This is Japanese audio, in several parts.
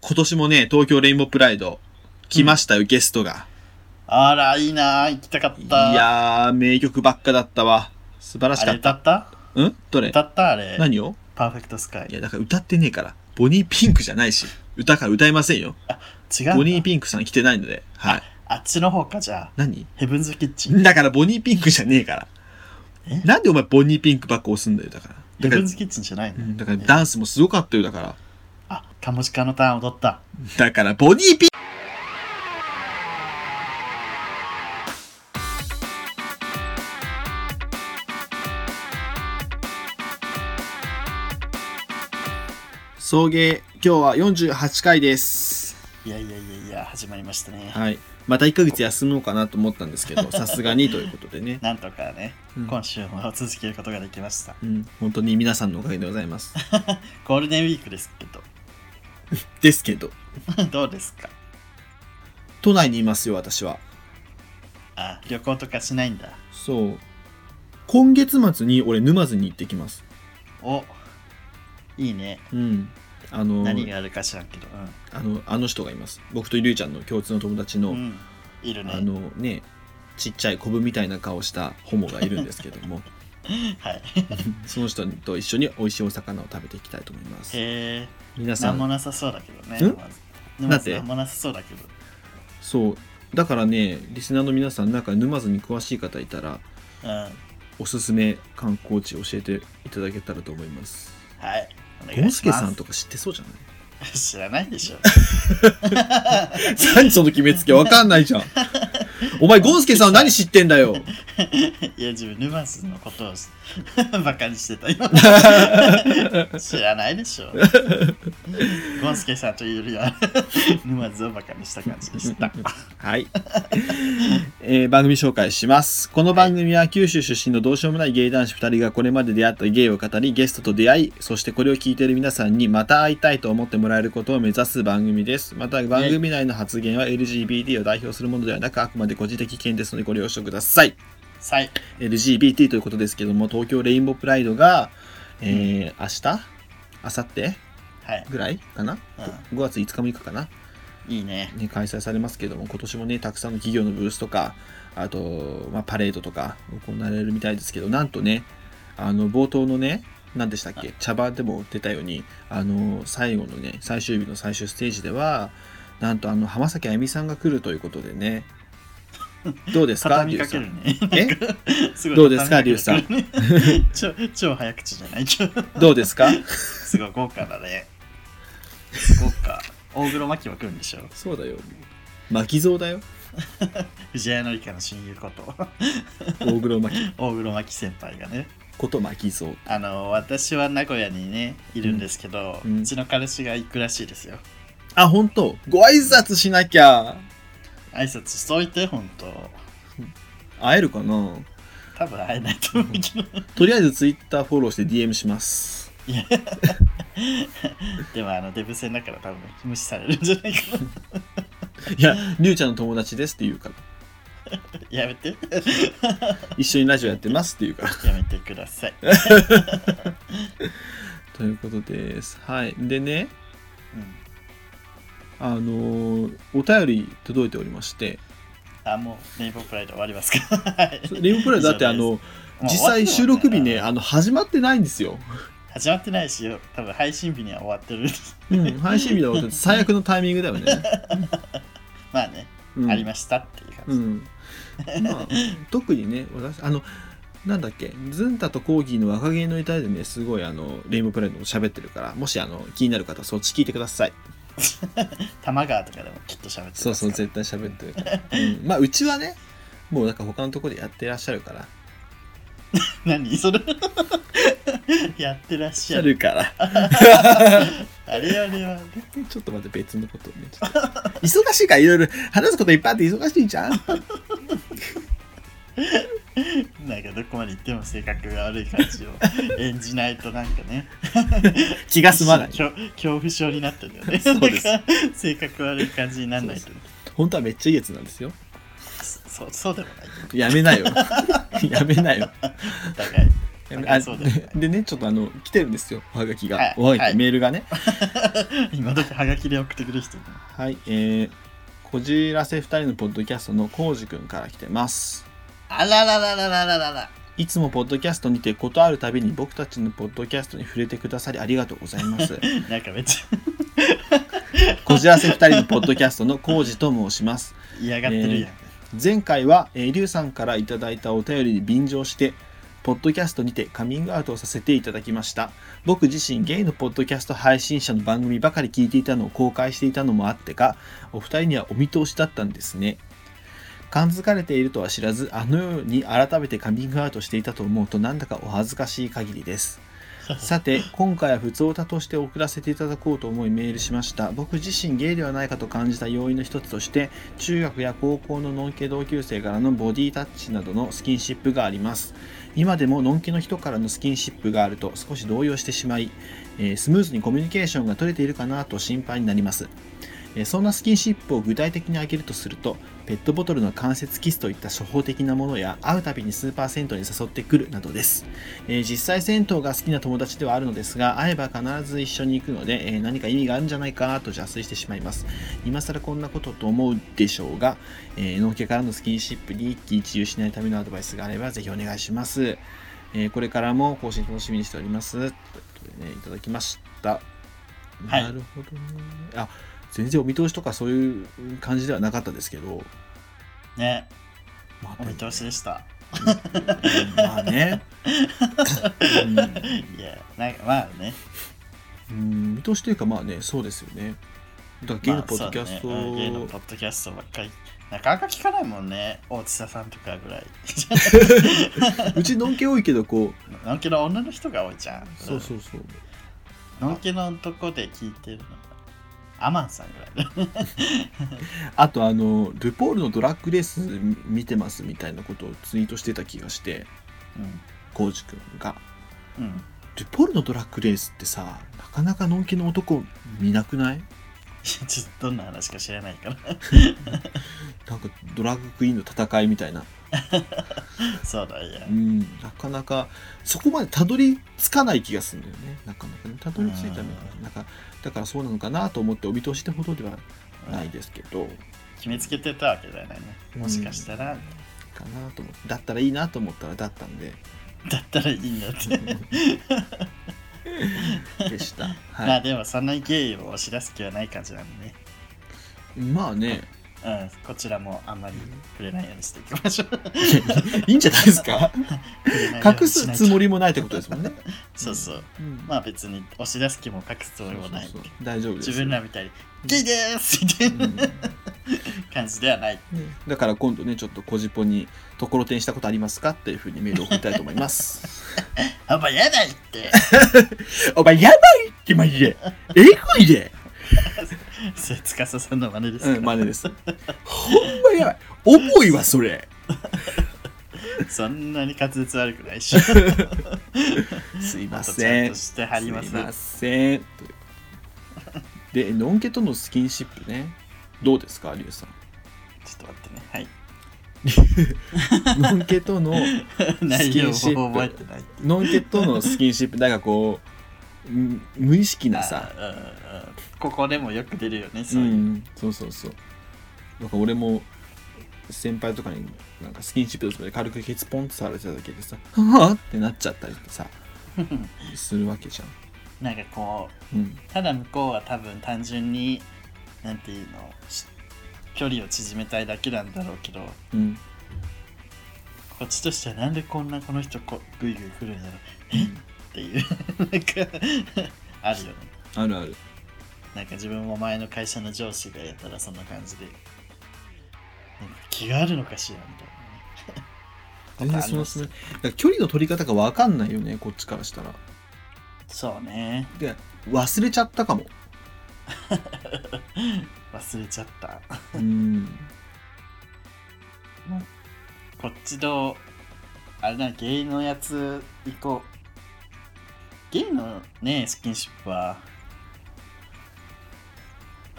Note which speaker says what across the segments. Speaker 1: 今年もね、東京レインボープライド、来ましたよ、ゲストが。
Speaker 2: あら、いいなー行きたかった。
Speaker 1: いやー、名曲ばっかだったわ。素晴らし
Speaker 2: あ
Speaker 1: か
Speaker 2: れ
Speaker 1: っ
Speaker 2: 歌った
Speaker 1: た。んどれ
Speaker 2: 歌ったあれ。
Speaker 1: 何を
Speaker 2: パーフェクトスカイ。
Speaker 1: いや、だから歌ってねえから。ボニーピンクじゃないし、歌から歌えませんよ。
Speaker 2: 違う
Speaker 1: ボ
Speaker 2: んだ
Speaker 1: ニーピンクさん来てないので。はい。
Speaker 2: あっちの方か、じゃあ。
Speaker 1: 何
Speaker 2: ヘブンズキッチン。
Speaker 1: だからボニーピンクじゃねえから
Speaker 2: え。
Speaker 1: なんでお前ボニーピンクばっか押すんだよ、だから。
Speaker 2: ヘ
Speaker 1: だから
Speaker 2: ブン、ズキッチンじゃない
Speaker 1: うん
Speaker 2: の
Speaker 1: だからダンスもすごかったよ、だから。
Speaker 2: あ、カモシカのターン踊った。
Speaker 1: だから、ボニーピン送迎、今日は48回です。
Speaker 2: いやいやいやいや、始まりましたね。
Speaker 1: はい。また1ヶ月休もうかなと思ったんですけ ど、さすがにということでね。
Speaker 2: なんとかね、
Speaker 1: うん
Speaker 2: 今週も続けることができました。
Speaker 1: うん、本当に皆さんのおかげでございます。
Speaker 2: ゴールデンウィークですけど、
Speaker 1: ですけど、
Speaker 2: どうですか
Speaker 1: 都内にいますよ、私は。
Speaker 2: あ、旅行とかしないんだ。
Speaker 1: そう。今月末に俺、沼津に行ってきます。
Speaker 2: お、いいね。
Speaker 1: うん。あの、
Speaker 2: 何があるか知らんけど。う
Speaker 1: あのあの人がいます僕とゆりゅうちゃんの共通の友達
Speaker 2: ん。
Speaker 1: の、
Speaker 2: うん、いるね。
Speaker 1: あのねちっちゃいコブみたいな顔したホモがいるんですけど も
Speaker 2: はい。
Speaker 1: その人と一緒に美味しいお魚を食べていきたいと思います
Speaker 2: へえ。
Speaker 1: 皆さ
Speaker 2: なんも
Speaker 1: ん
Speaker 2: なさそうだけどね。
Speaker 1: ん
Speaker 2: まず
Speaker 1: なんて
Speaker 2: なんもなさそうだけど。
Speaker 1: そうだからねリスナーの皆さんなんか沼津に詳しい方いたら
Speaker 2: うん。は
Speaker 1: おすすめ観光地教えていただけたらと思います
Speaker 2: い。お願いし
Speaker 1: ゴ
Speaker 2: ま
Speaker 1: ン
Speaker 2: す
Speaker 1: スケさんとか知ってそうじゃない
Speaker 2: 知らないでしょ。
Speaker 1: 何その決めつけわかんないじ ゃんお前ゴンスケさん何知ってんだよ
Speaker 2: いや、自分、沼津のことを バカにしてた今。 知らないでしょ。ゴンスケさんというよりは沼津をバカにした感じでした。
Speaker 1: はい、 えー番組紹介しますこの番組は九州出身のどうしようもない芸男子2人がこれまで出会った芸を語りゲストと出会いそしてこれを聞いている皆さんにまた会いたいと思ってもらえることを目指す番組ですまた番組内の発言は LGBT を代表するものではなくあくまで個人的意見ですのでご了承ください
Speaker 2: はい。
Speaker 1: LGBT ということですけども東京レインボープライドが、えー明日明後日
Speaker 2: はい。
Speaker 1: ぐらいかな5月5日6日かな
Speaker 2: うん、いいね。
Speaker 1: ね、開催されますけども今年もねたくさんの企業のブースとかあと、まあ、パレードとか行われるみたいですけどなんとねあの冒頭のね何でしたっけ茶番でも出たようにあの最後のね最終日の最終ステージではなんとあの浜崎あゆみさんが来るということで ねどうですか
Speaker 2: 畳みかけ
Speaker 1: リ
Speaker 2: るね。
Speaker 1: ュウさん
Speaker 2: すごい
Speaker 1: どうですか
Speaker 2: 畳みけるね 超超早口じゃないけど。
Speaker 1: えどうですか
Speaker 2: すごい豪華だね。豪華。大黒摩季も来るんでしょ。
Speaker 1: そうだよ巻き蔵だよ
Speaker 2: 藤原紀香の親友こと。
Speaker 1: 大黒巻 き
Speaker 2: 大黒摩季先輩がね。
Speaker 1: こと巻き蔵
Speaker 2: あの私は名古屋にねいるんですけど、
Speaker 1: う
Speaker 2: うん
Speaker 1: うん
Speaker 2: ちの彼氏が行くらしいですよ
Speaker 1: あ本当ご挨拶しなきゃ
Speaker 2: 挨拶しといて本当
Speaker 1: 会えるかな
Speaker 2: 多分会えないと思うけど
Speaker 1: とりあえずツイッターフォローして DM します。
Speaker 2: でもあのデブ戦だから多分無視されるんじゃない かない
Speaker 1: や、りゅうちゃんの友達ですって言うから、
Speaker 2: やめ てや
Speaker 1: 一緒にラジオやってますって言うから。
Speaker 2: めてください
Speaker 1: ということです。はい。でね、
Speaker 2: うん
Speaker 1: あのーお便り届いておりまして、
Speaker 2: あもうレインボープライド終わりますかはい
Speaker 1: レイブプライドだってあ
Speaker 2: 以上
Speaker 1: の、
Speaker 2: です
Speaker 1: 実際収録日ね、
Speaker 2: もう終わってるもん
Speaker 1: あの、始まってないんですよ。
Speaker 2: 始まってないしよ多分配信日には終わってる
Speaker 1: うん、配信日だ と最悪のタイミングだよね。
Speaker 2: まあね、
Speaker 1: うん、
Speaker 2: ありましたっていう感じ、
Speaker 1: うん。まあ、特にね、私、あの、なんだっけ、ズンタとコーギーの若気の至りでね、すごいあの、レインボープライドも喋ってるから、もしあの、気になる方はそっち聞いてください。
Speaker 2: 多摩川とかでもきっと喋ってますか
Speaker 1: そう
Speaker 2: ら
Speaker 1: そう絶対喋ってるから、うん、まあうちはねもうなんか他のところでやってらっしゃるから
Speaker 2: 何それ やってらっしゃ
Speaker 1: や
Speaker 2: る
Speaker 1: るから
Speaker 2: あれあれは
Speaker 1: ちょっと待って別のことをねちょっと忙しいからいろいろ話すこといっぱいあって忙しいじゃん
Speaker 2: なんかどこまで行っても性格が悪い感じを演じないとなんかね
Speaker 1: 気が済まない
Speaker 2: 一種の恐 恐怖症になってるよね
Speaker 1: そうです
Speaker 2: なんか性格悪い感じにならないと
Speaker 1: 本当はめっちゃいいやつなんですよ
Speaker 2: そそうそうでもな い
Speaker 1: やめなよやめなよ
Speaker 2: お互い
Speaker 1: やめ
Speaker 2: あ
Speaker 1: あ
Speaker 2: そうですね
Speaker 1: でねちょっとあの来てるんですよおはがきが、
Speaker 2: はい
Speaker 1: おはがき、
Speaker 2: はい
Speaker 1: メールがね
Speaker 2: 今時ハガキで送ってくる人いる
Speaker 1: はいえー、こじらせ2人のポッドキャストのこうじくんから来てます
Speaker 2: あらららららららら
Speaker 1: いつもポッドキャストにてことあるたびに僕たちのポッドキャストに触れてくださりありがとうございます。
Speaker 2: なんかめっち
Speaker 1: こじらせ2人のポッドキャストのコウジと申します。
Speaker 2: ゃ 嫌がってるやん、
Speaker 1: 前回は、えー、リュウさんからいただいたお便りに便乗して、ポッドキャストにてカミングアウトをさせていただきました。僕自身、ゲイのポッドキャスト配信者の番組ばかり聞いていたのを公開していたのもあってか、お二人にはお見通しだったんですね。感づかれているとは知らず、あのように改めてカミングアウトしていたと思うと、なんだかお恥ずかしい限りです。さて今回は普通歌として送らせていただこうと思いメールしました僕自身ゲイではないかと感じた要因の一つとして中学や高校のノンケ同級生からのボディタッチなどのスキンシップがあります今でもノンケの人からのスキンシップがあると少し動揺してしまい、えースムーズにコミュニケーションが取れているかなと心配になりますえーそんなスキンシップを具体的に挙げるとするとペットボトルの関節キスといった処方的なものや会うたびにスーパー銭湯に誘ってくるなどですえー実際銭湯が好きな友達ではあるのですが会えば必ず一緒に行くので、えー何か意味があるんじゃないかと邪推してしまいます今更こんなことと思うでしょうが、えー、農家からのスキンシップに一喜一憂しないためのアドバイスがあればぜひお願いします、えーこれからも更新楽しみにしておりますということでねいただきました、
Speaker 2: はい
Speaker 1: なるほどねあ全然お見通しとかそういう感じではなかったですけど
Speaker 2: ね
Speaker 1: ま
Speaker 2: お見通しでした
Speaker 1: うんまあ ね、うん
Speaker 2: いやなんかまあね
Speaker 1: うん見通しというかまあねそうですよねだからゲイのポッドキャスト、
Speaker 2: まあそうだねうんゲイのポッドキャストばっかりなかなか聞かないもんね大津田さんとかぐらい
Speaker 1: うちのんけ多いけどこ
Speaker 2: のんけの女の人が多いじゃん
Speaker 1: うそうそうそう
Speaker 2: のんけのとこで聞いてるのアマンさんぐらいだ
Speaker 1: あとあのルポールのドラッグレース見てますみたいなことをツイートしてた気がしてコウジ君が
Speaker 2: うん、うん、
Speaker 1: ルポールのドラッグレースってさなかなかのんけの男見なくない
Speaker 2: ちょっとどんな話か知らないから
Speaker 1: なんかドラッグクイーンの戦いみたいな
Speaker 2: そうだいや
Speaker 1: うんなかなかそこまでたどり着かない気がするんだよねなかなかねたどり着いたみたいななんかだからそうなのかなと思ってお見通しってほどではないですけど、
Speaker 2: 決めつけてたわけじゃないねもしかしたら、
Speaker 1: かなと思ってだったらいいなと思ったらだったん で
Speaker 2: だったらいいんだって、
Speaker 1: でした
Speaker 2: ま
Speaker 1: は
Speaker 2: あ
Speaker 1: い
Speaker 2: でもそんなにゲイを押し出す気はない感じなのね
Speaker 1: まあね
Speaker 2: うん、こちらもあんまり触れないようにしていきましょう。
Speaker 1: いいんじゃないですか 隠すつも
Speaker 2: り。
Speaker 1: りもないってことですもんね、
Speaker 2: そうそう。
Speaker 1: うん
Speaker 2: まあ別に押し出す気も隠すつもりもない。
Speaker 1: そうそうそう大丈夫です
Speaker 2: 自分らみたいに、ゲイですみたい
Speaker 1: うん
Speaker 2: な 感じではない。
Speaker 1: ねだから今度ねちょっとコジポにところてんしたことありますかっていうふうにメールを送りたいと思います
Speaker 2: あんまやだいって。
Speaker 1: お前やばいってマジでえぐいで
Speaker 2: それ、つかささんの真似です
Speaker 1: う
Speaker 2: か
Speaker 1: ん、真似です。ほんまやばい。重いわ、それ。
Speaker 2: そんなに滑舌悪くないっし。
Speaker 1: すいま
Speaker 2: ちゃ
Speaker 1: せ
Speaker 2: ん
Speaker 1: ん。
Speaker 2: と
Speaker 1: す
Speaker 2: してはり
Speaker 1: い
Speaker 2: ま。
Speaker 1: ますせん。というで、のんけとのスキンシップね。どうですか、りゅうさ
Speaker 2: ちょっと待ってね。 はい。
Speaker 1: ん。のんけとの、
Speaker 2: 内容を
Speaker 1: スキンシップ
Speaker 2: 覚えてない。
Speaker 1: のんけとのスキンシップ、なんかこう、ん無意識なさ。
Speaker 2: あうんうんここでもよく出るよね、
Speaker 1: う
Speaker 2: そういう。
Speaker 1: ん、そうそうそう。なんか俺も、先輩とかになんかスキンシップのつもりで軽くケツポンってされてただけでさ、はぁってなっちゃったり ってさ、するわけじ
Speaker 2: なんかこう、
Speaker 1: ゃん。うん。
Speaker 2: ただ向こうは多分単純になんていうのし距離を縮めたいだけなんだろうけど
Speaker 1: うん。
Speaker 2: こっちとしてはなんでこんなこの人こグイグイ来るんだろうっていう なんかあるよね
Speaker 1: あるある。
Speaker 2: なんか自分も前の会社の上司がやったらそんな感じでなんか気があるのかしらみたいなね
Speaker 1: 全然その
Speaker 2: わかります
Speaker 1: だから距離の取り方が分かんないよねこっちからしたら
Speaker 2: そうね
Speaker 1: で忘れちゃったかも
Speaker 2: 忘れちゃった
Speaker 1: うん
Speaker 2: こっちのあれなゲイのやつ行こうゲイのねスキンシップは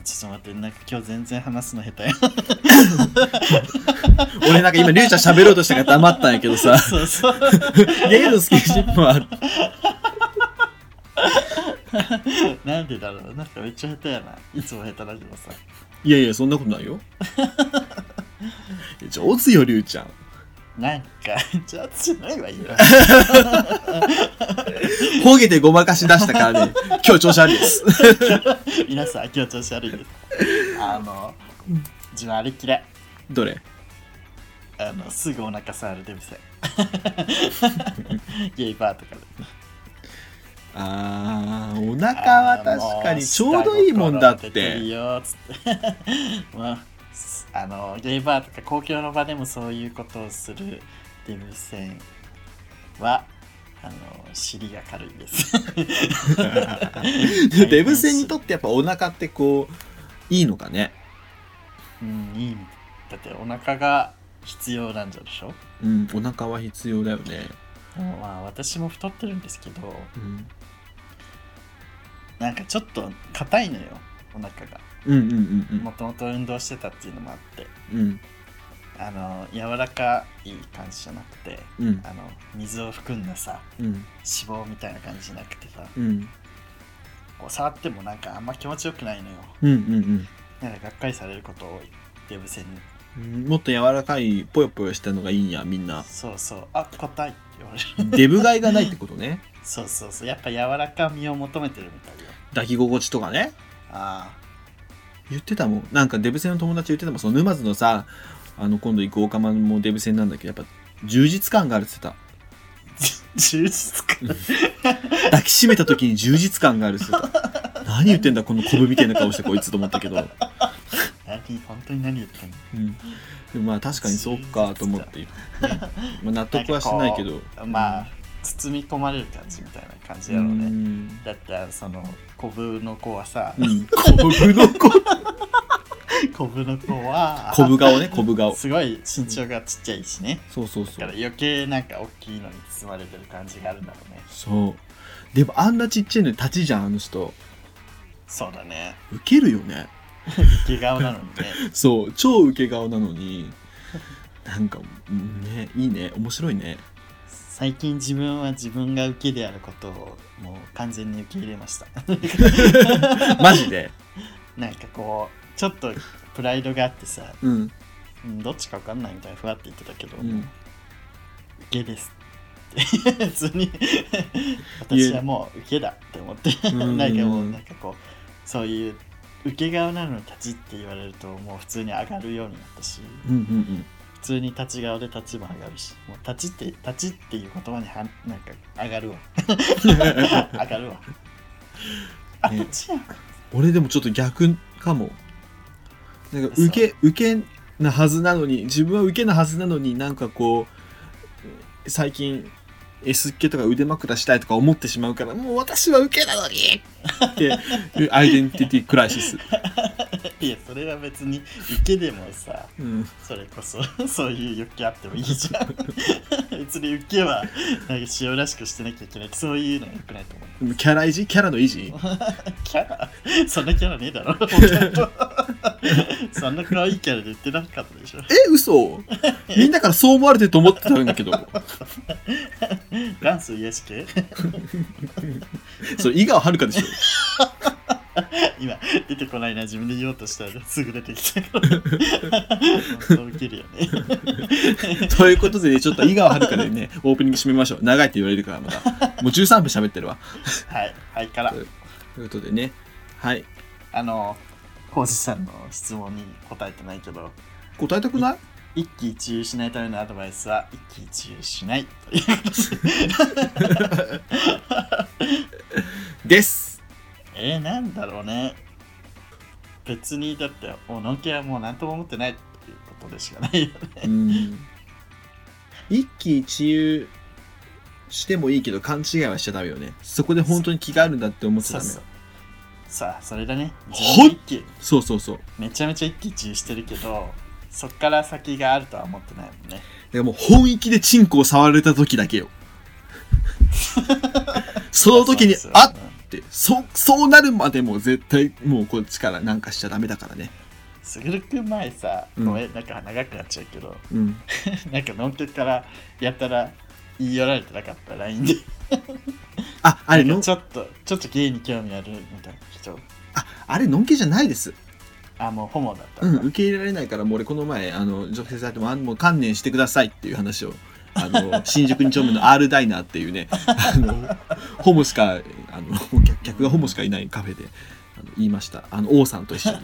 Speaker 2: ちょっと待って、なんか今日全然話すの下手や。
Speaker 1: 俺なんか今、りゅうちゃん喋ろうとしたから黙ったんやけどさ、
Speaker 2: そうそう。
Speaker 1: ゲイのスキンシップは、
Speaker 2: なんでだろうなんかめっちゃ下手やな。いつも下手だけどさ。
Speaker 1: いやいや、そんなことない よ。上手よ、りゅうちゃん。
Speaker 2: なんか、ちょっとじゃないわ、今。
Speaker 1: ほげてごまかし出したから ね、今日調子悪いです。
Speaker 2: 皆さん、今日調子悪いです。あの、自分あれ嫌い。
Speaker 1: どれ
Speaker 2: あの、すぐお腹触るデブさん。 ゲイバーとかで。
Speaker 1: あー、お腹は確かにちょうどいいもんだっ
Speaker 2: 下心出る
Speaker 1: て。
Speaker 2: よつって。 まあ、あの、ゲイバーとか公共の場でもそういうことをするデブ戦は、あの、尻が軽いです。
Speaker 1: デブ戦にとってやっぱお腹ってこう、いいのかね。
Speaker 2: うん、いいみたいだってお腹が必要なんじゃでしょ
Speaker 1: うん、お腹は必要だよね。
Speaker 2: でもまあ私も太ってるんですけど、
Speaker 1: うん、
Speaker 2: なんかちょっと硬いのよ、お腹が。
Speaker 1: うん、うん、うん
Speaker 2: もともと運動してたっていうのもあって、
Speaker 1: うん、
Speaker 2: あの、柔らかい感じじゃなくて、
Speaker 1: うん、
Speaker 2: あの、水を含んださ、
Speaker 1: うん、
Speaker 2: 脂肪みたいな感じじゃなくてさ、
Speaker 1: うん、
Speaker 2: こう触ってもなんかあんま気持ちよくないのよ。
Speaker 1: うん、うん、
Speaker 2: なんかがっかりされること多い、デブ戦に。
Speaker 1: うん。もっと柔らかい、ぽよぽよしたのがいいんや、みんな。
Speaker 2: そうそう、あ、硬いって言われる。
Speaker 1: デブ買いがないってことね。
Speaker 2: そうそうそう、やっぱ柔らかみを求めてるみたいよ。
Speaker 1: 抱き心地とかね。
Speaker 2: ああ。
Speaker 1: 言ってたもんなんかデブ戦の友達言ってたもんその沼津のさあの今度行くオカマもデブ戦なんだけどやっぱ充実感があるって言って
Speaker 2: 充実 感
Speaker 1: た抱きしめた時に充実感があるって言ってた何言ってんだこのコブみたいな顔してこいつと思ったけど、
Speaker 2: 何本当に何言ってんの
Speaker 1: うん、でもまあ確かにそうかと思 って、ねまあ、納得はしてないけど
Speaker 2: まあ包み込まれる感じみたいな感じやろう
Speaker 1: う
Speaker 2: ね
Speaker 1: ん
Speaker 2: だってあのそのコブの子はさ
Speaker 1: うんコブの子
Speaker 2: コブの子は
Speaker 1: コブ顔ねコブ顔
Speaker 2: すごい身長がちっちゃいしね
Speaker 1: そうそうそ
Speaker 2: だ
Speaker 1: う
Speaker 2: から余計なんか大きいのに包まれてる感じがあるんだろうね
Speaker 1: そうでもあんなちっちゃいのに立ちじゃんあの人
Speaker 2: そうだね
Speaker 1: ウケるよね
Speaker 2: 毛顔なのにね
Speaker 1: そう超ウケ顔なのになんかうんねいいね面白いね
Speaker 2: 最近自分は自分が受けであることをもう完全に受け入れました
Speaker 1: マジで
Speaker 2: なんかこうちょっとプライドがあってさ
Speaker 1: うん
Speaker 2: うんどっちか分かんないみたいなふわって言ってたけど、
Speaker 1: うん
Speaker 2: 受けですって普 通に私はもう受けだって思って
Speaker 1: うん
Speaker 2: なんかもうなんかこうそういう受け顔なのに立ちって言われるともう普通に上がるようになったし
Speaker 1: うんうん
Speaker 2: 普通に立ち顔で立ちも上がるしもう立ちって立ちっていう言葉にはんなんか上 がるわ上がるわあ
Speaker 1: ね
Speaker 2: 立ちやん
Speaker 1: 俺でもちょっと逆かもなんか
Speaker 2: そう
Speaker 1: 受け受けなはずなのに自分は受けなはずなのになんかこう最近 S っ気とか腕枕したいとか思ってしまうからもう私は受けなのにっていうアイデンティティクライシス、
Speaker 2: いやそれは別に受けでもさ
Speaker 1: うん、
Speaker 2: それこそ そういう欲求あってもいいじゃん 別に受けはなんか塩らしくしてなきゃいけないそういうのはよくないと思う
Speaker 1: でもキャラ維持キャラの維持
Speaker 2: キャラ そんなキャラねえだろ 本当そんな可愛いキャラで言ってなかったでしょ
Speaker 1: え嘘みんなからそう思われてると思ってたんだけど
Speaker 2: 元祖癒し系
Speaker 1: それ井川遥でしょ
Speaker 2: 今出てこないな自分で言おうとしたらすぐ出てきたから本当ウケるよね
Speaker 1: ということでね、ちょっと井川遥でね、オープニング締めましょう。長いって言われるから、まだ。もう13分喋ってるわ。
Speaker 2: はいはいから
Speaker 1: ということでね、はい。
Speaker 2: あの浩司さんの質問に答えてないけど
Speaker 1: 答えたくない
Speaker 2: 一喜一憂しないためのアドバイスは一喜一憂しないという
Speaker 1: です。
Speaker 2: えー、なんだろうね。別にだって、おのんけはもう何とも思ってないっていうことでしかないよね。
Speaker 1: うん。一喜一憂してもいいけど、勘違いはしちゃダメよね。そこで本当に気があるんだって思っちゃ
Speaker 2: そう
Speaker 1: ダメ。
Speaker 2: そ
Speaker 1: そう
Speaker 2: う。さあ、それだね。
Speaker 1: ほい
Speaker 2: 自分一喜
Speaker 1: そうそうそう。だか
Speaker 2: めちゃめちゃ一喜一憂してるけど、そっから先があるとは思ってないもんね。
Speaker 1: らもう本意気でチ ンコを触られた時だけよ。その時に、
Speaker 2: そうですよ
Speaker 1: あっ
Speaker 2: うん
Speaker 1: ってそそうなるまでも絶対もうこっちからなんかしちゃダメだからね
Speaker 2: すぐるくん前さ、
Speaker 1: うん
Speaker 2: ごめん、なんか長くなっちゃうけど、
Speaker 1: うん
Speaker 2: なんかのんけからやったら言い寄られてなかった、LINE で。
Speaker 1: ああれ
Speaker 2: なん
Speaker 1: の
Speaker 2: かちょっと、ちょっと芸に興味あるみたいな人。
Speaker 1: ああれのんけじゃないです
Speaker 2: あ、もうホモだった
Speaker 1: うんん
Speaker 2: だ。
Speaker 1: 受け入れられないからもう俺この前あの女性サイトもあもう観念してくださいっていう話をあ の新宿2丁目の R ダイナーっていうねあのホモしかあの客客がホモしかいないカフェであの言いましたあの王さんと一 緒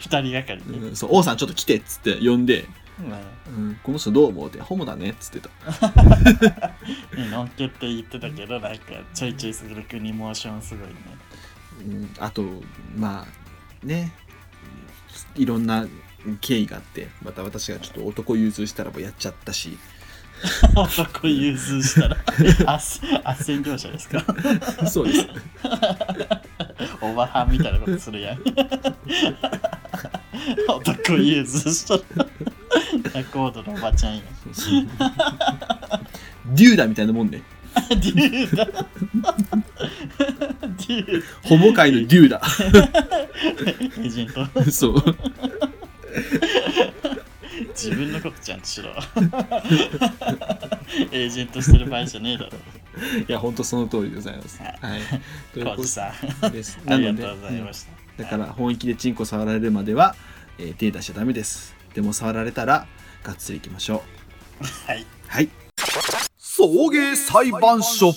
Speaker 2: 二人がかりで。
Speaker 1: に、うん、そう王さんちょっと来てっつって呼んで、
Speaker 2: うん
Speaker 1: うん、この人どう思うってホモだねっつってた
Speaker 2: ねのんけって言ってたけど、なんかちょいちょいすぐるくんにモーションすごいね。
Speaker 1: うん、あとまあねいろんな経緯があってまた私がちょっと男融通したらもうやっちゃったし
Speaker 2: 男融通 したら、あっせん業者ですか
Speaker 1: そうです
Speaker 2: おばはんみたいなことするやん。男融通したら、タコードのおばちゃんやん。
Speaker 1: デューダみたいなもんね
Speaker 2: デューダデュー
Speaker 1: ホモ界のデューダ
Speaker 2: ダエージェント
Speaker 1: そう
Speaker 2: 自分のことちゃんとしろエージェントしてる場合じゃねえだろ
Speaker 1: いや本当その通りでございますはいという
Speaker 2: コー
Speaker 1: こ
Speaker 2: チさん
Speaker 1: とです
Speaker 2: あ
Speaker 1: な
Speaker 2: りが
Speaker 1: ので
Speaker 2: とうございました
Speaker 1: だから本気でチンコ触られるまでは、えー手出しちゃダメですでも触られたらがっつりいきましょう
Speaker 2: はい
Speaker 1: はい送迎裁判所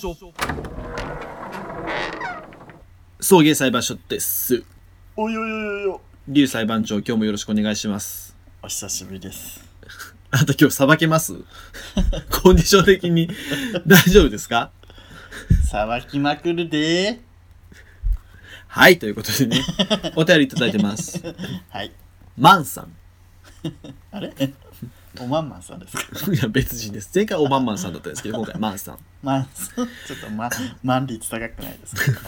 Speaker 1: 送迎裁判所です
Speaker 2: およよよよ
Speaker 1: 劉裁判長今日もよろしくお願いします
Speaker 2: お久しぶりです
Speaker 1: あと今日さばけます コンディション的に大丈夫ですか
Speaker 2: さばきまくるで
Speaker 1: はいということでねお便りいただいてます
Speaker 2: はい
Speaker 1: マンさん
Speaker 2: あれ おまんまんさんですか
Speaker 1: いや別人です前回おまんまんさんだったんですけど今回マンさん
Speaker 2: まんさんちょっとま満率高くないですか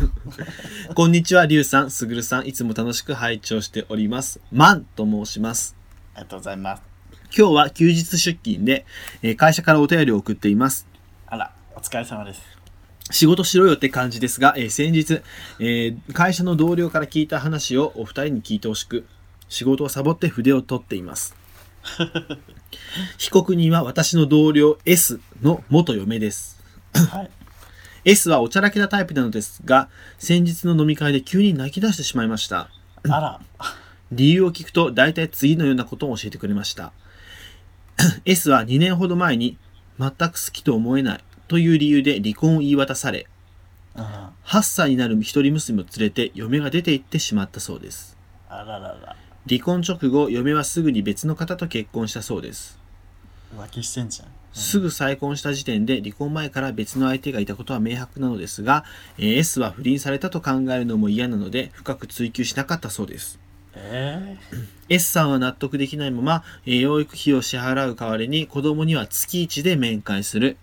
Speaker 1: こんにちは、りゅうさん、すぐるさん、いつも楽しく拝聴しております。マンと申します。
Speaker 2: ありがとうございます
Speaker 1: 今日は休日出勤で、えー会社からお便りを送っています。
Speaker 2: あらお疲れ様です
Speaker 1: 仕事しろよって感じですが、えー先日、えー会社の同僚から聞いた話をお二人に聞いてほしく、仕事をサボって筆を取っています。 被告人は私の同僚 S の元嫁です。
Speaker 2: はい
Speaker 1: S はおちゃらけたタイプなのですが、先日の飲み会で急に泣き出してしまいました。
Speaker 2: あら
Speaker 1: 理由を聞くと大体次のようなことを教えてくれました。S は2年ほど前に全く好きと思えないという理由で離婚を言い渡され、
Speaker 2: うんあ
Speaker 1: 8歳になる一人娘を連れて嫁が出て行ってしまったそうです。
Speaker 2: ららら
Speaker 1: 離婚直後、嫁はすぐに別の方と結婚したそうです。
Speaker 2: 浮気してんじゃん
Speaker 1: すぐ再婚した時点で離婚前から別の相手がいたことは明白なのですが、えー S は不倫されたと考えるのも嫌なので深く追求しなかったそうです。
Speaker 2: え
Speaker 1: S さんは納得できないまま、えー養育費を支払う代わりに子供には月1で面会する。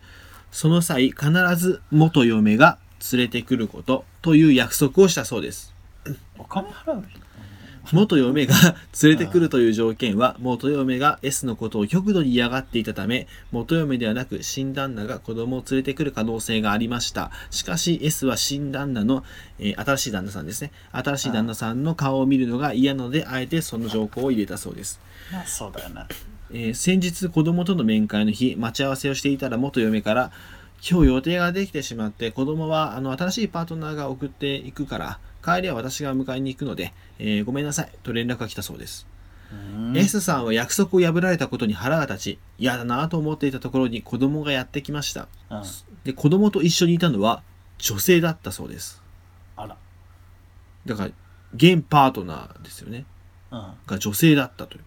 Speaker 1: その際、必ず元嫁が連れてくることという約束をしたそうです。
Speaker 2: ー、お金払う
Speaker 1: 元嫁が 連れてくるという条件は、元嫁が S のことを極度に嫌がっていたため、元嫁ではなく新旦那が子供を連れてくる可能性がありました。しかし S は新旦那の、えー新しい旦那さんですね。新しい旦那さんの顔を見るのが嫌なので、あえてその条項を入れたそうです。
Speaker 2: まあそうだよな
Speaker 1: えー先日子供との面会の日待ち合わせをしていたら元嫁から今日予定ができてしまって子供はあの新しいパートナーが送っていくから帰りは私が迎えに行くので、えーごめんなさいと連絡が来たそうです、
Speaker 2: うーん
Speaker 1: S さんは約束を破られたことに腹が立ち嫌だなと思っていたところに子供がやってきました
Speaker 2: うん
Speaker 1: で子供と一緒にいたのは女性だったそうです
Speaker 2: あら
Speaker 1: だから現パートナーですよね
Speaker 2: うんうん
Speaker 1: が女性だったという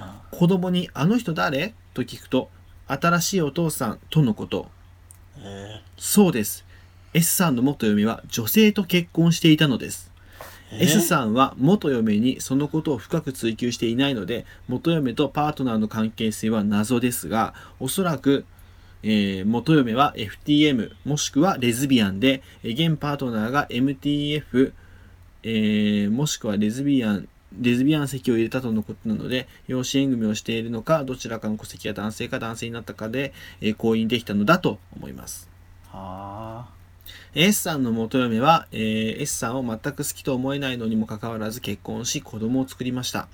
Speaker 2: あ
Speaker 1: 子供に「あの人誰?」と聞くと「新しいお父さん」とのこと
Speaker 2: え
Speaker 1: そうです S さんの元嫁は女性と結婚していたのです、
Speaker 2: ー、
Speaker 1: S さんは元嫁にそのことを深く追求していないので元嫁とパートナーの関係性は謎ですがおそらく、えー元嫁は FTM もしくはレズビアンでえー現パートナーが MTF、えーもしくはレズビアンレズビアン席を入れたとのことなので養子縁組をしているのかどちらかの戸籍が男性か男性になったかで、えー婚姻できたのだと思います
Speaker 2: はあ
Speaker 1: S さんの元嫁は、えー S さんを全く好きと思えないのにもかかわらず結婚し子供を作りました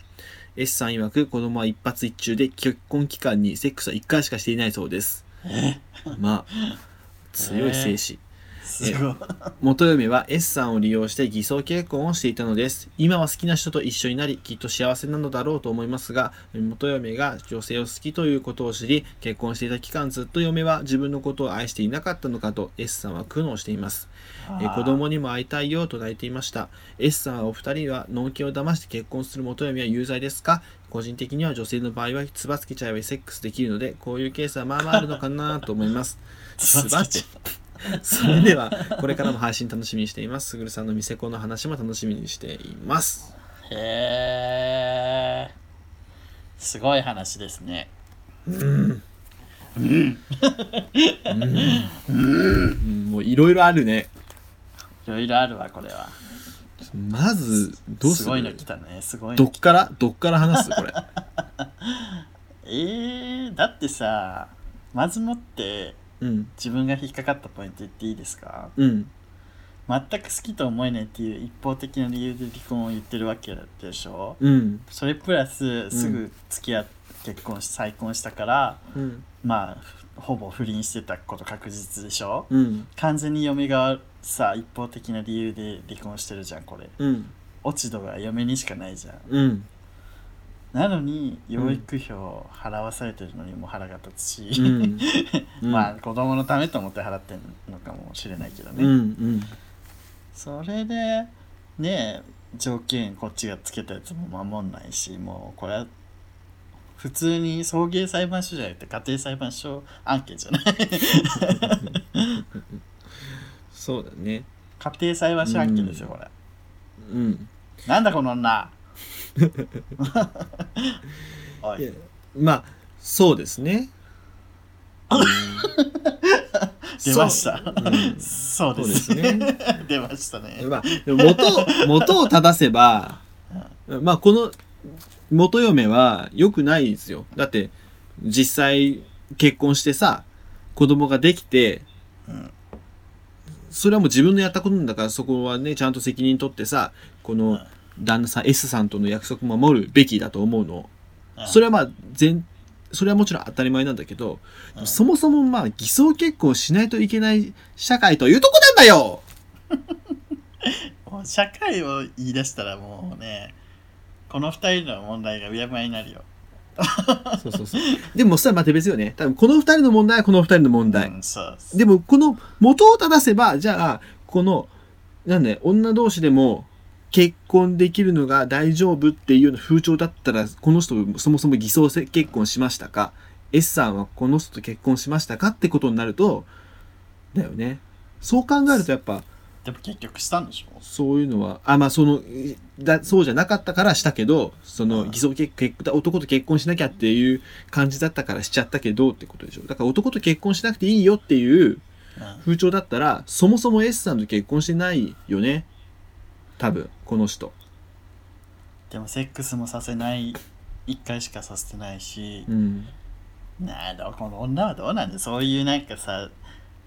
Speaker 1: S さん曰く子供は一発一中で結婚期間にセックスは1回しかしていないそうです
Speaker 2: え
Speaker 1: まあ強い精子、
Speaker 2: すごい。
Speaker 1: 元嫁は S さんを利用して偽装結婚をしていたのです今は好きな人と一緒になりきっと幸せなのだろうと思いますが元嫁が女性を好きということを知り結婚していた期間ずっと嫁は自分のことを愛していなかったのかと S さんは苦悩していますえー子供にも会いたいよと泣いていました S さんはお二人はのんきを騙して結婚する元嫁は有罪ですか個人的には女性の場合はつばつけちゃえばセックスできるのでこういうケースはまあまああるのかなと思います
Speaker 2: つばつけち
Speaker 1: それではこれからも配信楽しみにしていますすぐるさんの店子の話も楽しみにしています
Speaker 2: へえ。すごい話ですね。
Speaker 1: うんうんもういろいろあるね
Speaker 2: いろいろあるわ、これは。
Speaker 1: まずどうす
Speaker 2: す
Speaker 1: る
Speaker 2: ごいの来たね。すごい
Speaker 1: ど
Speaker 2: の
Speaker 1: っ。からどっから話すこれ
Speaker 2: えー、だってさ、まずもって
Speaker 1: うん
Speaker 2: 自分が引っかかったポイント言っていいですか
Speaker 1: うん
Speaker 2: 全く好きと思えないっていう一方的な理由で離婚を言ってるわけでしょ
Speaker 1: うん
Speaker 2: それプラスすぐ付き合って結婚し再婚したから
Speaker 1: うん
Speaker 2: まあふほぼ不倫してたこと確実でしょ
Speaker 1: うん
Speaker 2: 完全に嫁がさ一方的な理由で離婚してるじゃんこれ
Speaker 1: うん
Speaker 2: 落ち度が嫁にしかないじゃん
Speaker 1: うん
Speaker 2: なのに養育費を払わされてるのにも腹が立つし、
Speaker 1: うんうん
Speaker 2: まあ子供のためと思って払ってるのかもしれないけど
Speaker 1: う
Speaker 2: ね、
Speaker 1: んうん
Speaker 2: それでねえ条件こっちがつけたやつも守んないしもうこれは普通に送迎裁判所じゃなくて家庭裁判所案件じゃない
Speaker 1: そうだね
Speaker 2: 家庭裁判所案件ですよこれ、
Speaker 1: うん
Speaker 2: なんだこ の女お
Speaker 1: いや
Speaker 2: い
Speaker 1: まあそうですね
Speaker 2: 出ました
Speaker 1: そううん
Speaker 2: そ
Speaker 1: そ
Speaker 2: うで
Speaker 1: うですす
Speaker 2: ね
Speaker 1: ね
Speaker 2: 出ましたね
Speaker 1: まあでも元を元を正せばまあこの元嫁は良くないですよだって実際結婚してさ子供ができて
Speaker 2: うん
Speaker 1: それはもう自分のやったことなんだからそこはねちゃんと責任取ってさこの旦那さん S さんとの約束守るべきだと思うの
Speaker 2: うん
Speaker 1: それはまあ全それはもちろん当たり前なんだけど、
Speaker 2: うん
Speaker 1: そもそもまあ偽装結婚しないといけない社会というとこなんだよ
Speaker 2: もう社会を言い出したらもうねこの二人の問題がうやむやになるよ、
Speaker 1: そうそうそうでもそれはまた別よね多分この二人の問題はこの二人の問題、
Speaker 2: うん、そう
Speaker 1: でもこの元を正せばじゃあこのなんだよ女同士でも結婚できるのが大丈夫っていうような風潮だったらこの人そもそも偽装結婚しましたか S さんはこの人と結婚しましたかってことになるとだよねそう考えるとやっぱ
Speaker 2: でも結局したんでしょ
Speaker 1: そういうのはあまあそのいだそうじゃなかったからしたけどその
Speaker 2: うん
Speaker 1: 偽装結結男と結婚しなきゃっていう感じだったからしちゃったけどってことでしょだから男と結婚しなくていいよっていう
Speaker 2: うん
Speaker 1: 風潮だったらそもそも S さんと結婚してないよね多分この人
Speaker 2: でもセックスもさせない一回しかさせてないし
Speaker 1: う、ん
Speaker 2: なあどこの女はどうなんでそういうなんかさ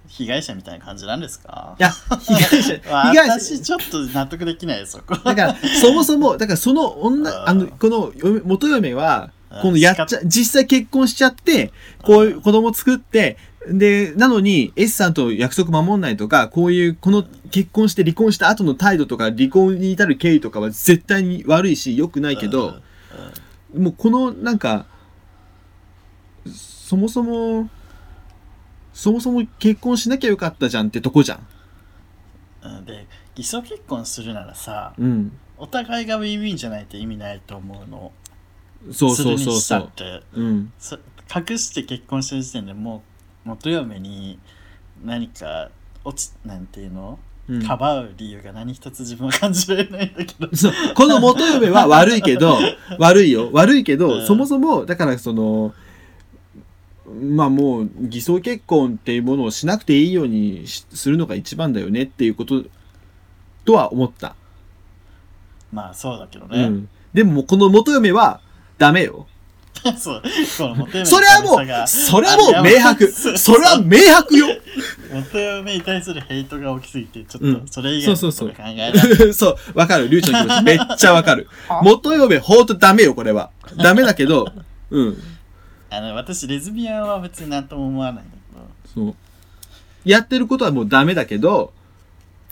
Speaker 2: 被害者みたいな感じなんですか
Speaker 1: いや 被害者被害
Speaker 2: 私
Speaker 1: 者
Speaker 2: ちょっと納得できないよそこ
Speaker 1: だからそもそもだからその
Speaker 2: あ
Speaker 1: 女
Speaker 2: ー
Speaker 1: あのこの嫁元嫁は
Speaker 2: うん
Speaker 1: このやっちゃ実際結婚しちゃってこういう子供作ってでなのに S さんと約束守んないとかこういうこの結婚して離婚した後の態度とか離婚に至る経緯とかは絶対に悪いし良くないけど、もうこのなんかそもそもそもそも結婚しなきゃよかったじゃんってとこじゃん。
Speaker 2: うんうんで偽装結婚するならさ
Speaker 1: うん。
Speaker 2: お互いがウィンウィンじゃないと意味ないと思うの
Speaker 1: そうそうそう
Speaker 2: する
Speaker 1: そ
Speaker 2: にした
Speaker 1: う
Speaker 2: っ。て
Speaker 1: うん。
Speaker 2: そ隠して結婚してる時点でもう元嫁に何か落ちなんていうの、
Speaker 1: うん、
Speaker 2: かばう理由が何一つ自分は感じられないんだけど
Speaker 1: そうこの元嫁は悪いけど悪いよ悪いけど、
Speaker 2: うん
Speaker 1: そもそもだからそのまあもう偽装結婚っていうものをしなくていいようにしするのが一番だよねっていうこととは思った、
Speaker 2: まあそうだけど
Speaker 1: う
Speaker 2: ね、
Speaker 1: ん、でももうこの元嫁はダメよ
Speaker 2: そう。このモテ嫁
Speaker 1: それはも
Speaker 2: の
Speaker 1: う、
Speaker 2: さ
Speaker 1: それはもう明白。
Speaker 2: そう
Speaker 1: それは明白よ。
Speaker 2: モテ嫁に対するヘイトが大きすぎて、ちょ
Speaker 1: う
Speaker 2: っ
Speaker 1: ん
Speaker 2: とそれ以外の
Speaker 1: そう
Speaker 2: こ
Speaker 1: そ
Speaker 2: と
Speaker 1: う
Speaker 2: 考
Speaker 1: そう
Speaker 2: えられない。
Speaker 1: そう、わかる。リュウちゃんの気持ちめっちゃわかる。元嫁ほんとダメよ、これは。ダメだけど、うん。
Speaker 2: あの、私、レズビアンは別になんとも思わないんだ
Speaker 1: そう。やってることはもうダメだけど、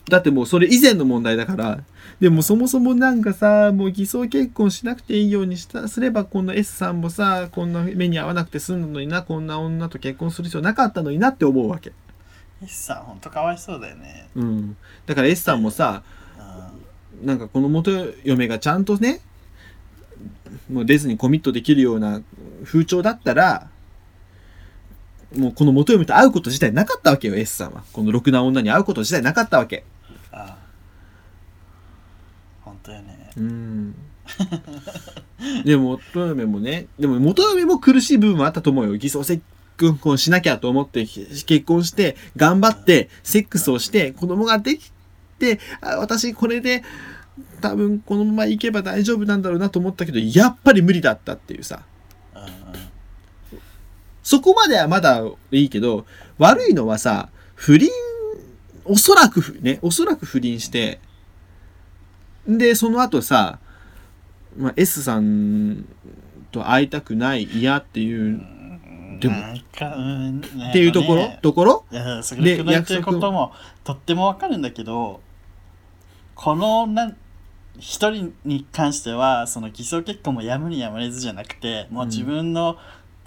Speaker 1: だってもうそれ以前の問題だから、でもそもそもなんかさ、もう偽装結婚しなくていいようにした、すればこんな S さんもさ、こんな目に遭わなくて済むのにな、こんな女と結婚する必要なかったのになって思うわけ。
Speaker 2: けど。S さん、ほんとかわいそうだよね。
Speaker 1: うん。だから S さんもさ、
Speaker 2: うん
Speaker 1: なんかこの元嫁がちゃんとねもうレズにコミットできるような風潮だったらもうこの元嫁と会うこと自体なかったわけよ S さんはこのろくな女に会うこと自体なかったわけ
Speaker 2: あ本当よね。
Speaker 1: うんでも元嫁もねでも元嫁も苦しい部分はあったと思うよ偽装結婚しなきゃと思って結婚して頑張ってセックスをして子供ができてあ私これで多分このままいけば大丈夫なんだろうなと思ったけどやっぱり無理だったっていうさ
Speaker 2: うんうん。
Speaker 1: そこまではまだいいけど悪いのはさ不倫おそらくふねおそらく不倫してでその後さ、まあ、S さんと会いたくない嫌っていう
Speaker 2: うん
Speaker 1: でも
Speaker 2: なんか、うん。っ
Speaker 1: っていうところ、ところ
Speaker 2: うん、そ
Speaker 1: で
Speaker 2: れくらいっていう
Speaker 1: 約束を
Speaker 2: こともとってもわかるんだけどこのなん一人に関してはその偽装結婚もやむにやむれずじゃなくてもう自分の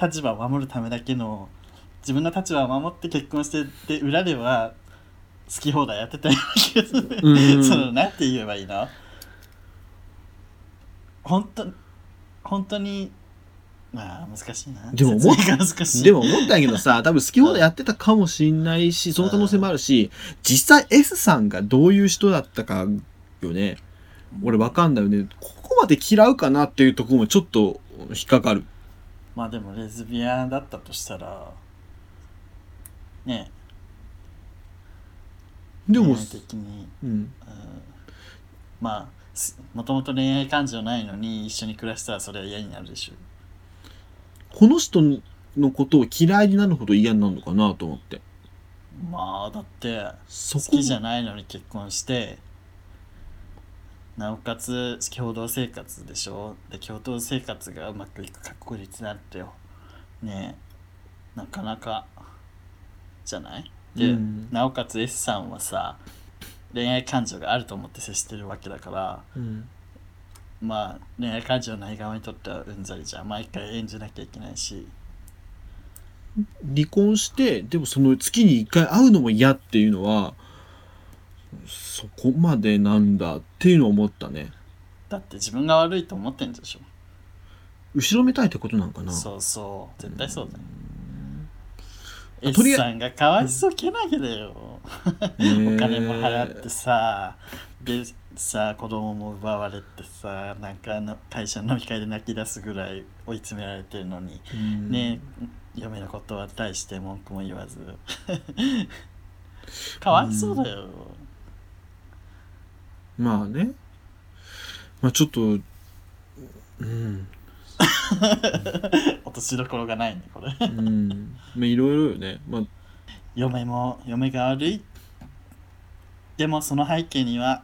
Speaker 2: 立場を守るためだけの、自分の立場を守って結婚してで裏では好き放題やってたような気がする、
Speaker 1: うん
Speaker 2: そのなんて言えばいいの本当本当にまあ難しいな
Speaker 1: でも
Speaker 2: 説
Speaker 1: もっ
Speaker 2: 明が難しい
Speaker 1: でも思ったんやけどさ 多分好き放題やってたかもしんないしその可能性もあるし実際 S さんがどういう人だったかよね俺わかんないよねここまで嫌うかなっていうところもちょっと引っかかる
Speaker 2: まあでもレズビアンだったとしたらねえ
Speaker 1: でも、
Speaker 2: 恋愛的に、
Speaker 1: うん、
Speaker 2: うん、まあもともと恋愛感情ないのに一緒に暮らしたらそれは嫌になるでしょ
Speaker 1: この人のことを嫌いになるほど嫌になるのかなと思って
Speaker 2: まあだって
Speaker 1: そ
Speaker 2: 好
Speaker 1: こ
Speaker 2: きじゃないのに結婚してなおかつ共同生活でしょで共同生活がうまくいく確率なんてよねえなかなかじゃないで、
Speaker 1: うん
Speaker 2: なおかつ S さんはさ恋愛感情があると思って接してるわけだから
Speaker 1: うん
Speaker 2: まあ恋愛感情ない側にとってはうんざりじゃん毎回演じなきゃいけないし
Speaker 1: 離婚してでもその月に1回会うのも嫌っていうのはそこまでなんだっていうのを思ったね
Speaker 2: だって自分が悪いと思ってんでしょ
Speaker 1: 後ろめたいってことなんかな
Speaker 2: そうそう絶対そうだよ、
Speaker 1: あとり
Speaker 2: S
Speaker 1: あ
Speaker 2: さんがかわいそうけなげだよ、
Speaker 1: ねえ
Speaker 2: お金も払ってさでさ子供も奪われてさなんかあの会社の飲み会で泣き出すぐらい追い詰められてるのに、
Speaker 1: うん
Speaker 2: ね嫁のことは大して文句も言わ ずかわいそうだよ、
Speaker 1: まあねまあちょっとうん
Speaker 2: 落としどころがないねこれ
Speaker 1: うんまあいろいろよねまあ
Speaker 2: 嫁も嫁が悪いでもその背景には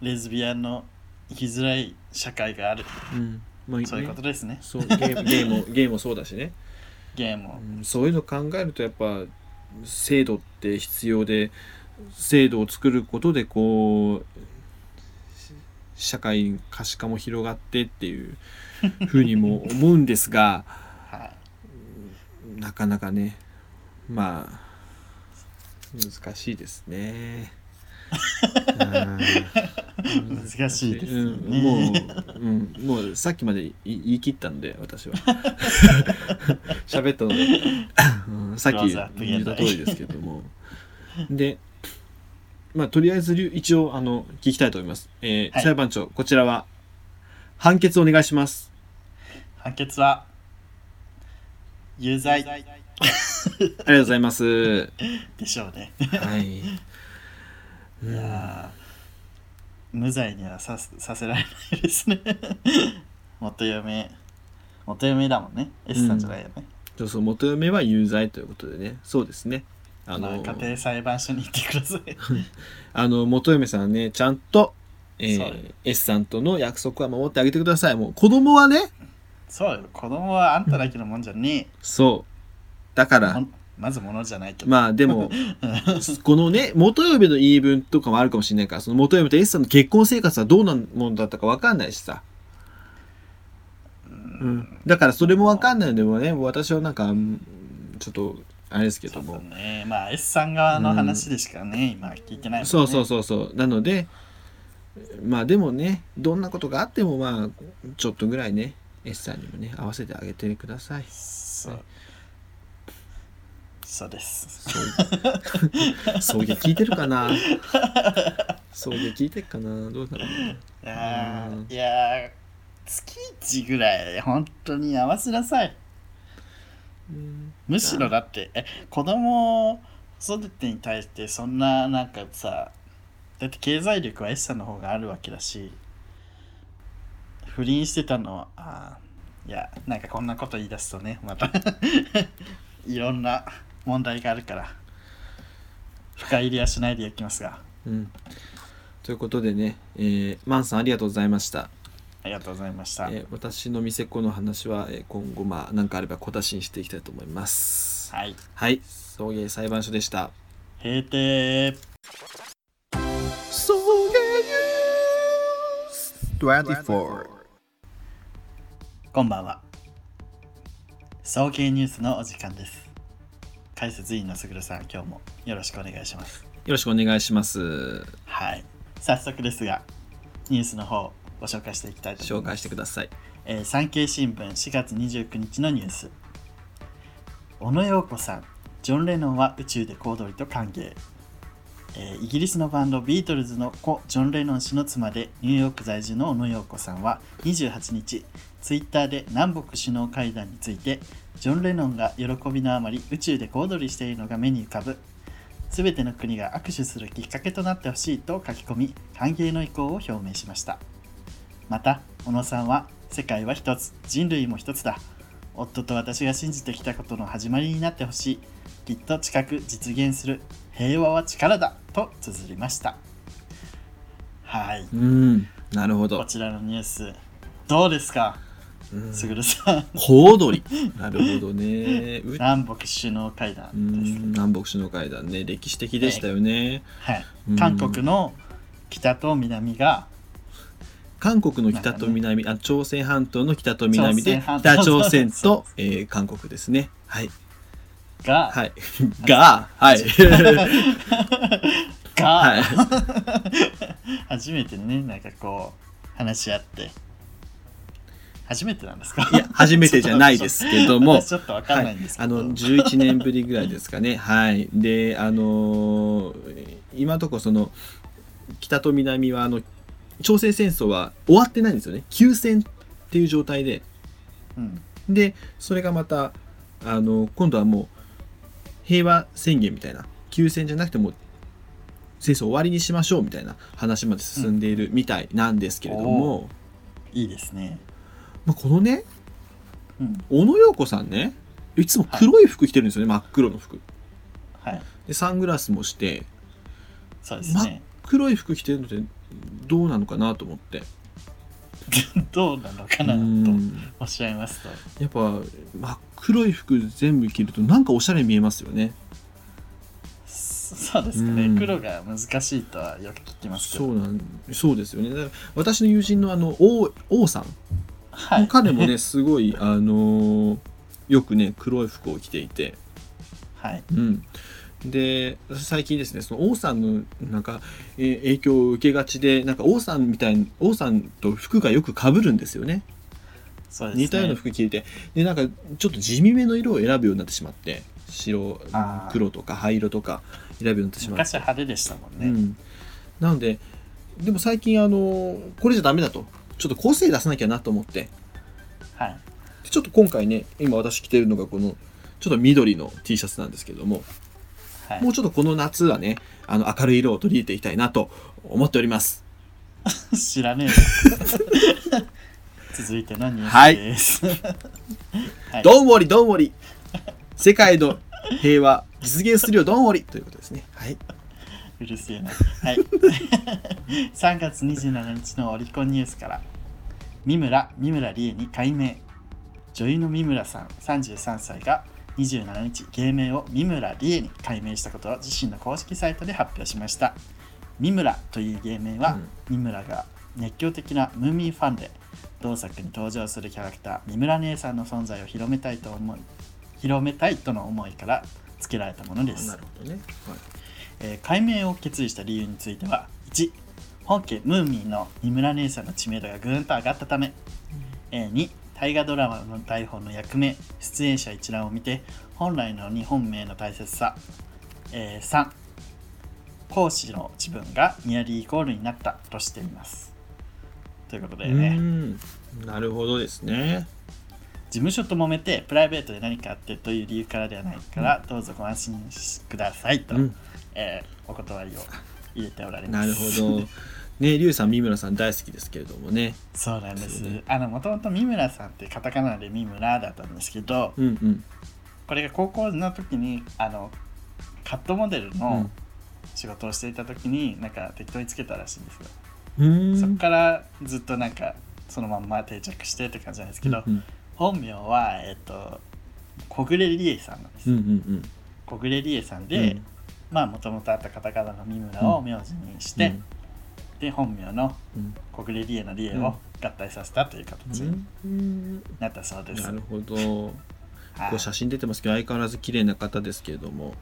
Speaker 2: レズビアンの生きづらい社会がある
Speaker 1: うんまあ
Speaker 2: そういうことですね
Speaker 1: そうゲーゲームもゲームもそうだしね
Speaker 2: ゲームを
Speaker 1: うんそういうの考えるとやっぱ制度って必要で制度を作ることでこうし社会可視化も広がってっていうふうにも思うんですが
Speaker 2: はい
Speaker 1: なかなかねまあ難しいですね。うん
Speaker 2: 難しいですよね
Speaker 1: うん、もう、うん、もうさっきまでい言い切ったんで私 は喋ったので、うんさっ
Speaker 2: クローズアッ
Speaker 1: き
Speaker 2: プ
Speaker 1: 言っ
Speaker 2: 現
Speaker 1: た
Speaker 2: 代
Speaker 1: 通りですけどもでまあとりあえずりゅ一応あの聞きたいと思います、えー
Speaker 2: はい
Speaker 1: 裁判長こちらは判決お願いします
Speaker 2: 判決は有罪
Speaker 1: ありがとうござい ます
Speaker 2: でしょうね。
Speaker 1: はい
Speaker 2: いや ー無罪にはささせられないですね。元嫁元嫁だもんね。S さんじゃないよね。
Speaker 1: そうそう元嫁は有罪ということでねそうですねあ
Speaker 2: まあ
Speaker 1: の
Speaker 2: 家庭裁判所に行ってください。
Speaker 1: あの元嫁さんねちゃんと、えー
Speaker 2: そう
Speaker 1: S さんとの約束は守ってあげてくださいもう子供はね
Speaker 2: そうよ、子供はあんただけのもんじゃね
Speaker 1: そうだか
Speaker 2: え。
Speaker 1: ら
Speaker 2: もんまずものじゃないけど。
Speaker 1: まあでも このね元嫁の言い分とかもあるかもしれないからその元嫁と S さんの結婚生活はどうなんもんだったか分かんないしさ、うん、だからそれも分かんないのでもね私はなんかうんちょっとあれですけ
Speaker 2: そ
Speaker 1: ど
Speaker 2: う
Speaker 1: も
Speaker 2: だね。まあ S さん側の話でしかね、今聞いてないもんね。
Speaker 1: そうそうそうそうなのでまあでもねどんなことがあってもまあちょっとぐらいね S さんにもね合わせてあげてください
Speaker 2: そう。そうです。
Speaker 1: 送迎聞いてるかな送迎聞いてるかなどうだろうね
Speaker 2: いや
Speaker 1: うん
Speaker 2: ーいやー月1ぐらい本当に合わせなさい
Speaker 1: うん
Speaker 2: むしろだってえ子供を育てに対してそんななんかさだって経済力は S さんの方があるわけだし不倫してたのはあーいやなんかこんなこと言い出すとねまた いろんな問題があるから深入りはしないでいきますが
Speaker 1: うんということでね、えーマンさんありがとうございました、
Speaker 2: ありがとうございました、
Speaker 1: えー私の店子の話は、えー今後まあ何かあれば小出しにしていきたいと思います
Speaker 2: はい
Speaker 1: はい送迎裁判所でした
Speaker 2: 閉店
Speaker 1: 送迎ニュース24
Speaker 2: こんばんは。早慶ニュースのお時間です。解説委員のすぐるさん、今日もよろしくお願いします。
Speaker 1: よろしくお願いします。
Speaker 2: はい。早速ですが、ニュースの方、ご紹介していきたいと思
Speaker 1: 紹
Speaker 2: いま
Speaker 1: 介
Speaker 2: す。
Speaker 1: してください。
Speaker 2: えー産経新聞4月29日のニュース。小野洋子さん、ジョン・レノンは宇宙で小躍りと歓迎。えーイギリスのバンドビートルズの子ジョン・レノン氏の妻でニューヨーク在住の小野洋子さんは28日ツイッターで南北首脳会談についてジョン・レノンが喜びのあまり宇宙で小躍りしているのが目に浮かぶ全ての国が握手するきっかけとなってほしいと書き込み歓迎の意向を表明しましたまた小野さんは世界は一つ人類も一つだ夫と私が信じてきたことの始まりになってほしいきっと近く実現する平和は力だと綴りましたはい
Speaker 1: うん、なるほ
Speaker 2: こ
Speaker 1: ど。
Speaker 2: ちらのニュースどうですか
Speaker 1: うん
Speaker 2: すぐるさん
Speaker 1: 小踊り。なるほどね。う
Speaker 2: 南北首脳会談
Speaker 1: う
Speaker 2: です
Speaker 1: ん
Speaker 2: ね、
Speaker 1: 南北首脳会談ね、歴史的でしたよね。
Speaker 2: はい
Speaker 1: うん
Speaker 2: 韓国の北と南が
Speaker 1: 韓国の北と南、あ、朝鮮半島の北と南で、
Speaker 2: 朝鮮半島
Speaker 1: 北朝鮮と
Speaker 2: そ、
Speaker 1: えー韓国ですね。はい。
Speaker 2: が、
Speaker 1: はい。が、 はい。
Speaker 2: が、
Speaker 1: はい。
Speaker 2: 初めてねなんかこう話し合って初めてなんですか
Speaker 1: いや、初めてじゃないですけども
Speaker 2: 私。ちょっとわかんないんですけど、
Speaker 1: はい、あの11年ぶりぐらいです かねはいであのー今のところその北と南はあの朝鮮戦争は終わってないんですよね休戦っていう状態で
Speaker 2: うん
Speaker 1: でそれがまたあの今度はもう平和宣言みたいな休戦じゃなくてもう戦争終わりにしましょうみたいな話まで進んでいるみたいなんですけれども、
Speaker 2: いいですね
Speaker 1: まあ、このね
Speaker 2: うん
Speaker 1: 小野洋子さんねいつも黒い服着てるんですよね、真っ黒の服
Speaker 2: はい
Speaker 1: でサングラスもして
Speaker 2: そうですね、
Speaker 1: 黒い服着てるのってどうなのかなと思って
Speaker 2: どうなのか
Speaker 1: う
Speaker 2: なと
Speaker 1: ん
Speaker 2: おっしゃいますと
Speaker 1: やっぱ真っ黒い服全部着るとなんかおしゃれ見えますよね
Speaker 2: そそうですかね、
Speaker 1: うん
Speaker 2: 黒が難しいとはよく聞きますけ
Speaker 1: そ
Speaker 2: ど
Speaker 1: うなんそうですよねだから私の友人のあの王王さん、
Speaker 2: はい
Speaker 1: 彼 もねすごいあのーよくね黒い服を着ていて
Speaker 2: はい
Speaker 1: うんで最近ですねその王さんのなんか、えー影響を受けがちでなんか王さんみたいに王さんと服がよく被るんですよね
Speaker 2: そうですね
Speaker 1: 似たような服着ててでなんかちょっと地味めの色を選ぶようになってしまって白
Speaker 2: あー
Speaker 1: 黒とか灰色とか選ぶようになってしまっ
Speaker 2: 昔
Speaker 1: て、
Speaker 2: は派手でしたもん
Speaker 1: う
Speaker 2: ね、
Speaker 1: ん、なのででも最近あのこれじゃダメだとちょっと個性出さなきゃなと思って
Speaker 2: はい
Speaker 1: でちょっと今回ね今私着てるのがこのちょっと緑の T シャツなんですけども
Speaker 2: はい
Speaker 1: もうちょっとこの夏はねあの明るい色を取り入れていきたいなと思っております
Speaker 2: 知らねえよ全続いてのニュ
Speaker 1: は
Speaker 2: ー
Speaker 1: い
Speaker 2: スです。はい
Speaker 1: どんぼりどんぼり世界の平和実現するよどんぼりということですね。はい。
Speaker 2: うるせえな。はい。3月27日のオリコンニュースから、三村、三村理恵に改名。女優の三村さん、33歳が、27日、芸名を三村理恵に改名したことを自身の公式サイトで発表しました。三村という芸名は、
Speaker 1: うん
Speaker 2: 三村が熱狂的なムーミンファンで、同作に登場するキャラクター、三村姉さんの存在を広めたいと思い、広めたいとの思いから付けられたものです。
Speaker 1: ほどね。
Speaker 2: えー改名を決意した理由については1本家ムーミンの三村姉さんの知名度がぐんと上がったため、えー2大河ドラマの台本の役名出演者一覧を見て本来の日本名の大切さ、えー3講師の自分がニアリーイコールになったとしていますということでね、
Speaker 1: うん。なるほどですね。
Speaker 2: 事務所と揉めてプライベートで何かあってという理由からではないから、どうぞご安心しくださいと、
Speaker 1: うん。
Speaker 2: えーお断りを入れておられま
Speaker 1: な
Speaker 2: す
Speaker 1: るほ ど。ね、リュウさん、三村さん大好きですけれどもね。
Speaker 2: そうなんです
Speaker 1: そうね。
Speaker 2: あの、もともと三村さんってカタカナで三村だったんですけど、
Speaker 1: うんうん。
Speaker 2: これが高校の時に、あの、カットモデルの仕事をしていた時に、なんか適当につけたらしいんですよ。
Speaker 1: うん。
Speaker 2: そこからずっとなんか、そのまんま定着してって感じなんですけど、
Speaker 1: うん
Speaker 2: 本名は、えっと、小暮理恵さんなんです。
Speaker 1: うんうん
Speaker 2: 小暮理恵さん
Speaker 1: うん。
Speaker 2: で、まあ、もともとあったカタカナの三村を名字にして、で、本名の
Speaker 1: うん、
Speaker 2: 小暮理恵の理恵
Speaker 1: うん
Speaker 2: を合体させたという形に
Speaker 1: うん
Speaker 2: なったそうです。
Speaker 1: なるほど。
Speaker 2: はい
Speaker 1: こう写真出てますけど、相変わらず綺麗な方ですけれど も。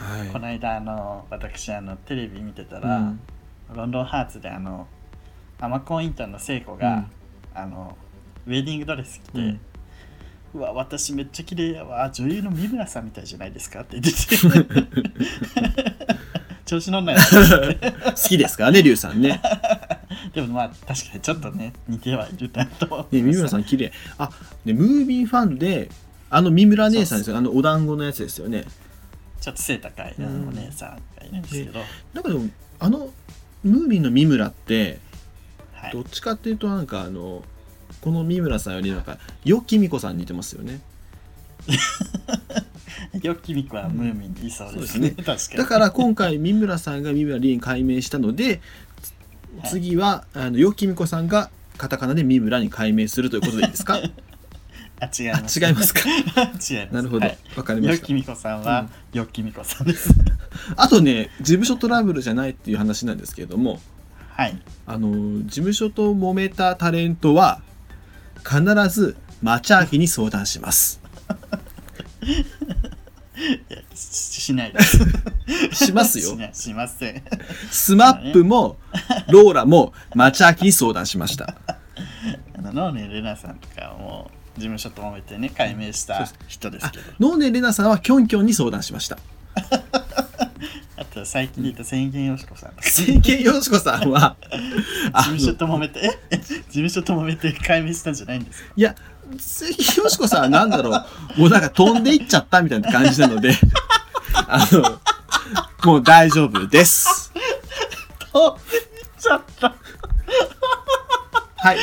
Speaker 1: はい。
Speaker 2: この間あの私あのテレビ見てたら、
Speaker 1: うん
Speaker 2: ロンドンハーツであのアマコンインターンの聖子が、あのウェディングドレス着て、
Speaker 1: う
Speaker 2: うんわ私めっちゃ綺麗やわ女優の三村さんみたいじゃないですかって言ってて 調子乗んないよ
Speaker 1: 好きですからね、リュウさんね。
Speaker 2: でもまあ確かにちょっとね似てはいるなと思って
Speaker 1: ね、三村さん綺麗。あ、で、ムービーファンで、あの三村姉さんですよ。あのお団子のやつですよね。
Speaker 2: ちょっと背高いあのお姉さんがいるんですけど、
Speaker 1: なんかでも、あのムービーの三村って、
Speaker 2: はい
Speaker 1: どっちかっていうと、なんかあの。この三村さんよりなんか、よきみこさんに似てますよね。
Speaker 2: よきみこはムーミンにいそうですね,、
Speaker 1: うん
Speaker 2: 確かに
Speaker 1: だから今回三村さんが三村凛に改名したので
Speaker 2: はい
Speaker 1: 次はあのよきみこさんがカタカナで三村に改名するということでいいです か
Speaker 2: あ違い
Speaker 1: あ
Speaker 2: ます
Speaker 1: 違いますか
Speaker 2: 違います
Speaker 1: なるほど
Speaker 2: は
Speaker 1: わ
Speaker 2: い、
Speaker 1: かりま
Speaker 2: よ
Speaker 1: した
Speaker 2: きみこさんは、よきみこさんです。
Speaker 1: あとね事務所トラブルじゃないっていう話なんですけれども
Speaker 2: はい。
Speaker 1: あの事務所と揉めたタレントは必ずマチャーヒに相談します
Speaker 2: いやししないです。
Speaker 1: します
Speaker 2: し
Speaker 1: よ
Speaker 2: ないしません。
Speaker 1: スマップもローラもマチャーヒに相談しました
Speaker 2: あの、ノーネルナさんとかはもう、事務所ともめてね、解明した人ですけど、
Speaker 1: ノーネレナさんはキョンキョンに相談しました
Speaker 2: あと最近で言った千言よしこさんとか、事
Speaker 1: 政権よしこさんはあ
Speaker 2: 務所
Speaker 1: の
Speaker 2: ともめて、え事務所ともめて解明したんじゃないんですか
Speaker 1: いや政権よしこさんは何だろうもうなんか飛んでいっちゃったみたいな感じなのであのもう大丈夫です
Speaker 2: と、ちょっと、
Speaker 1: はい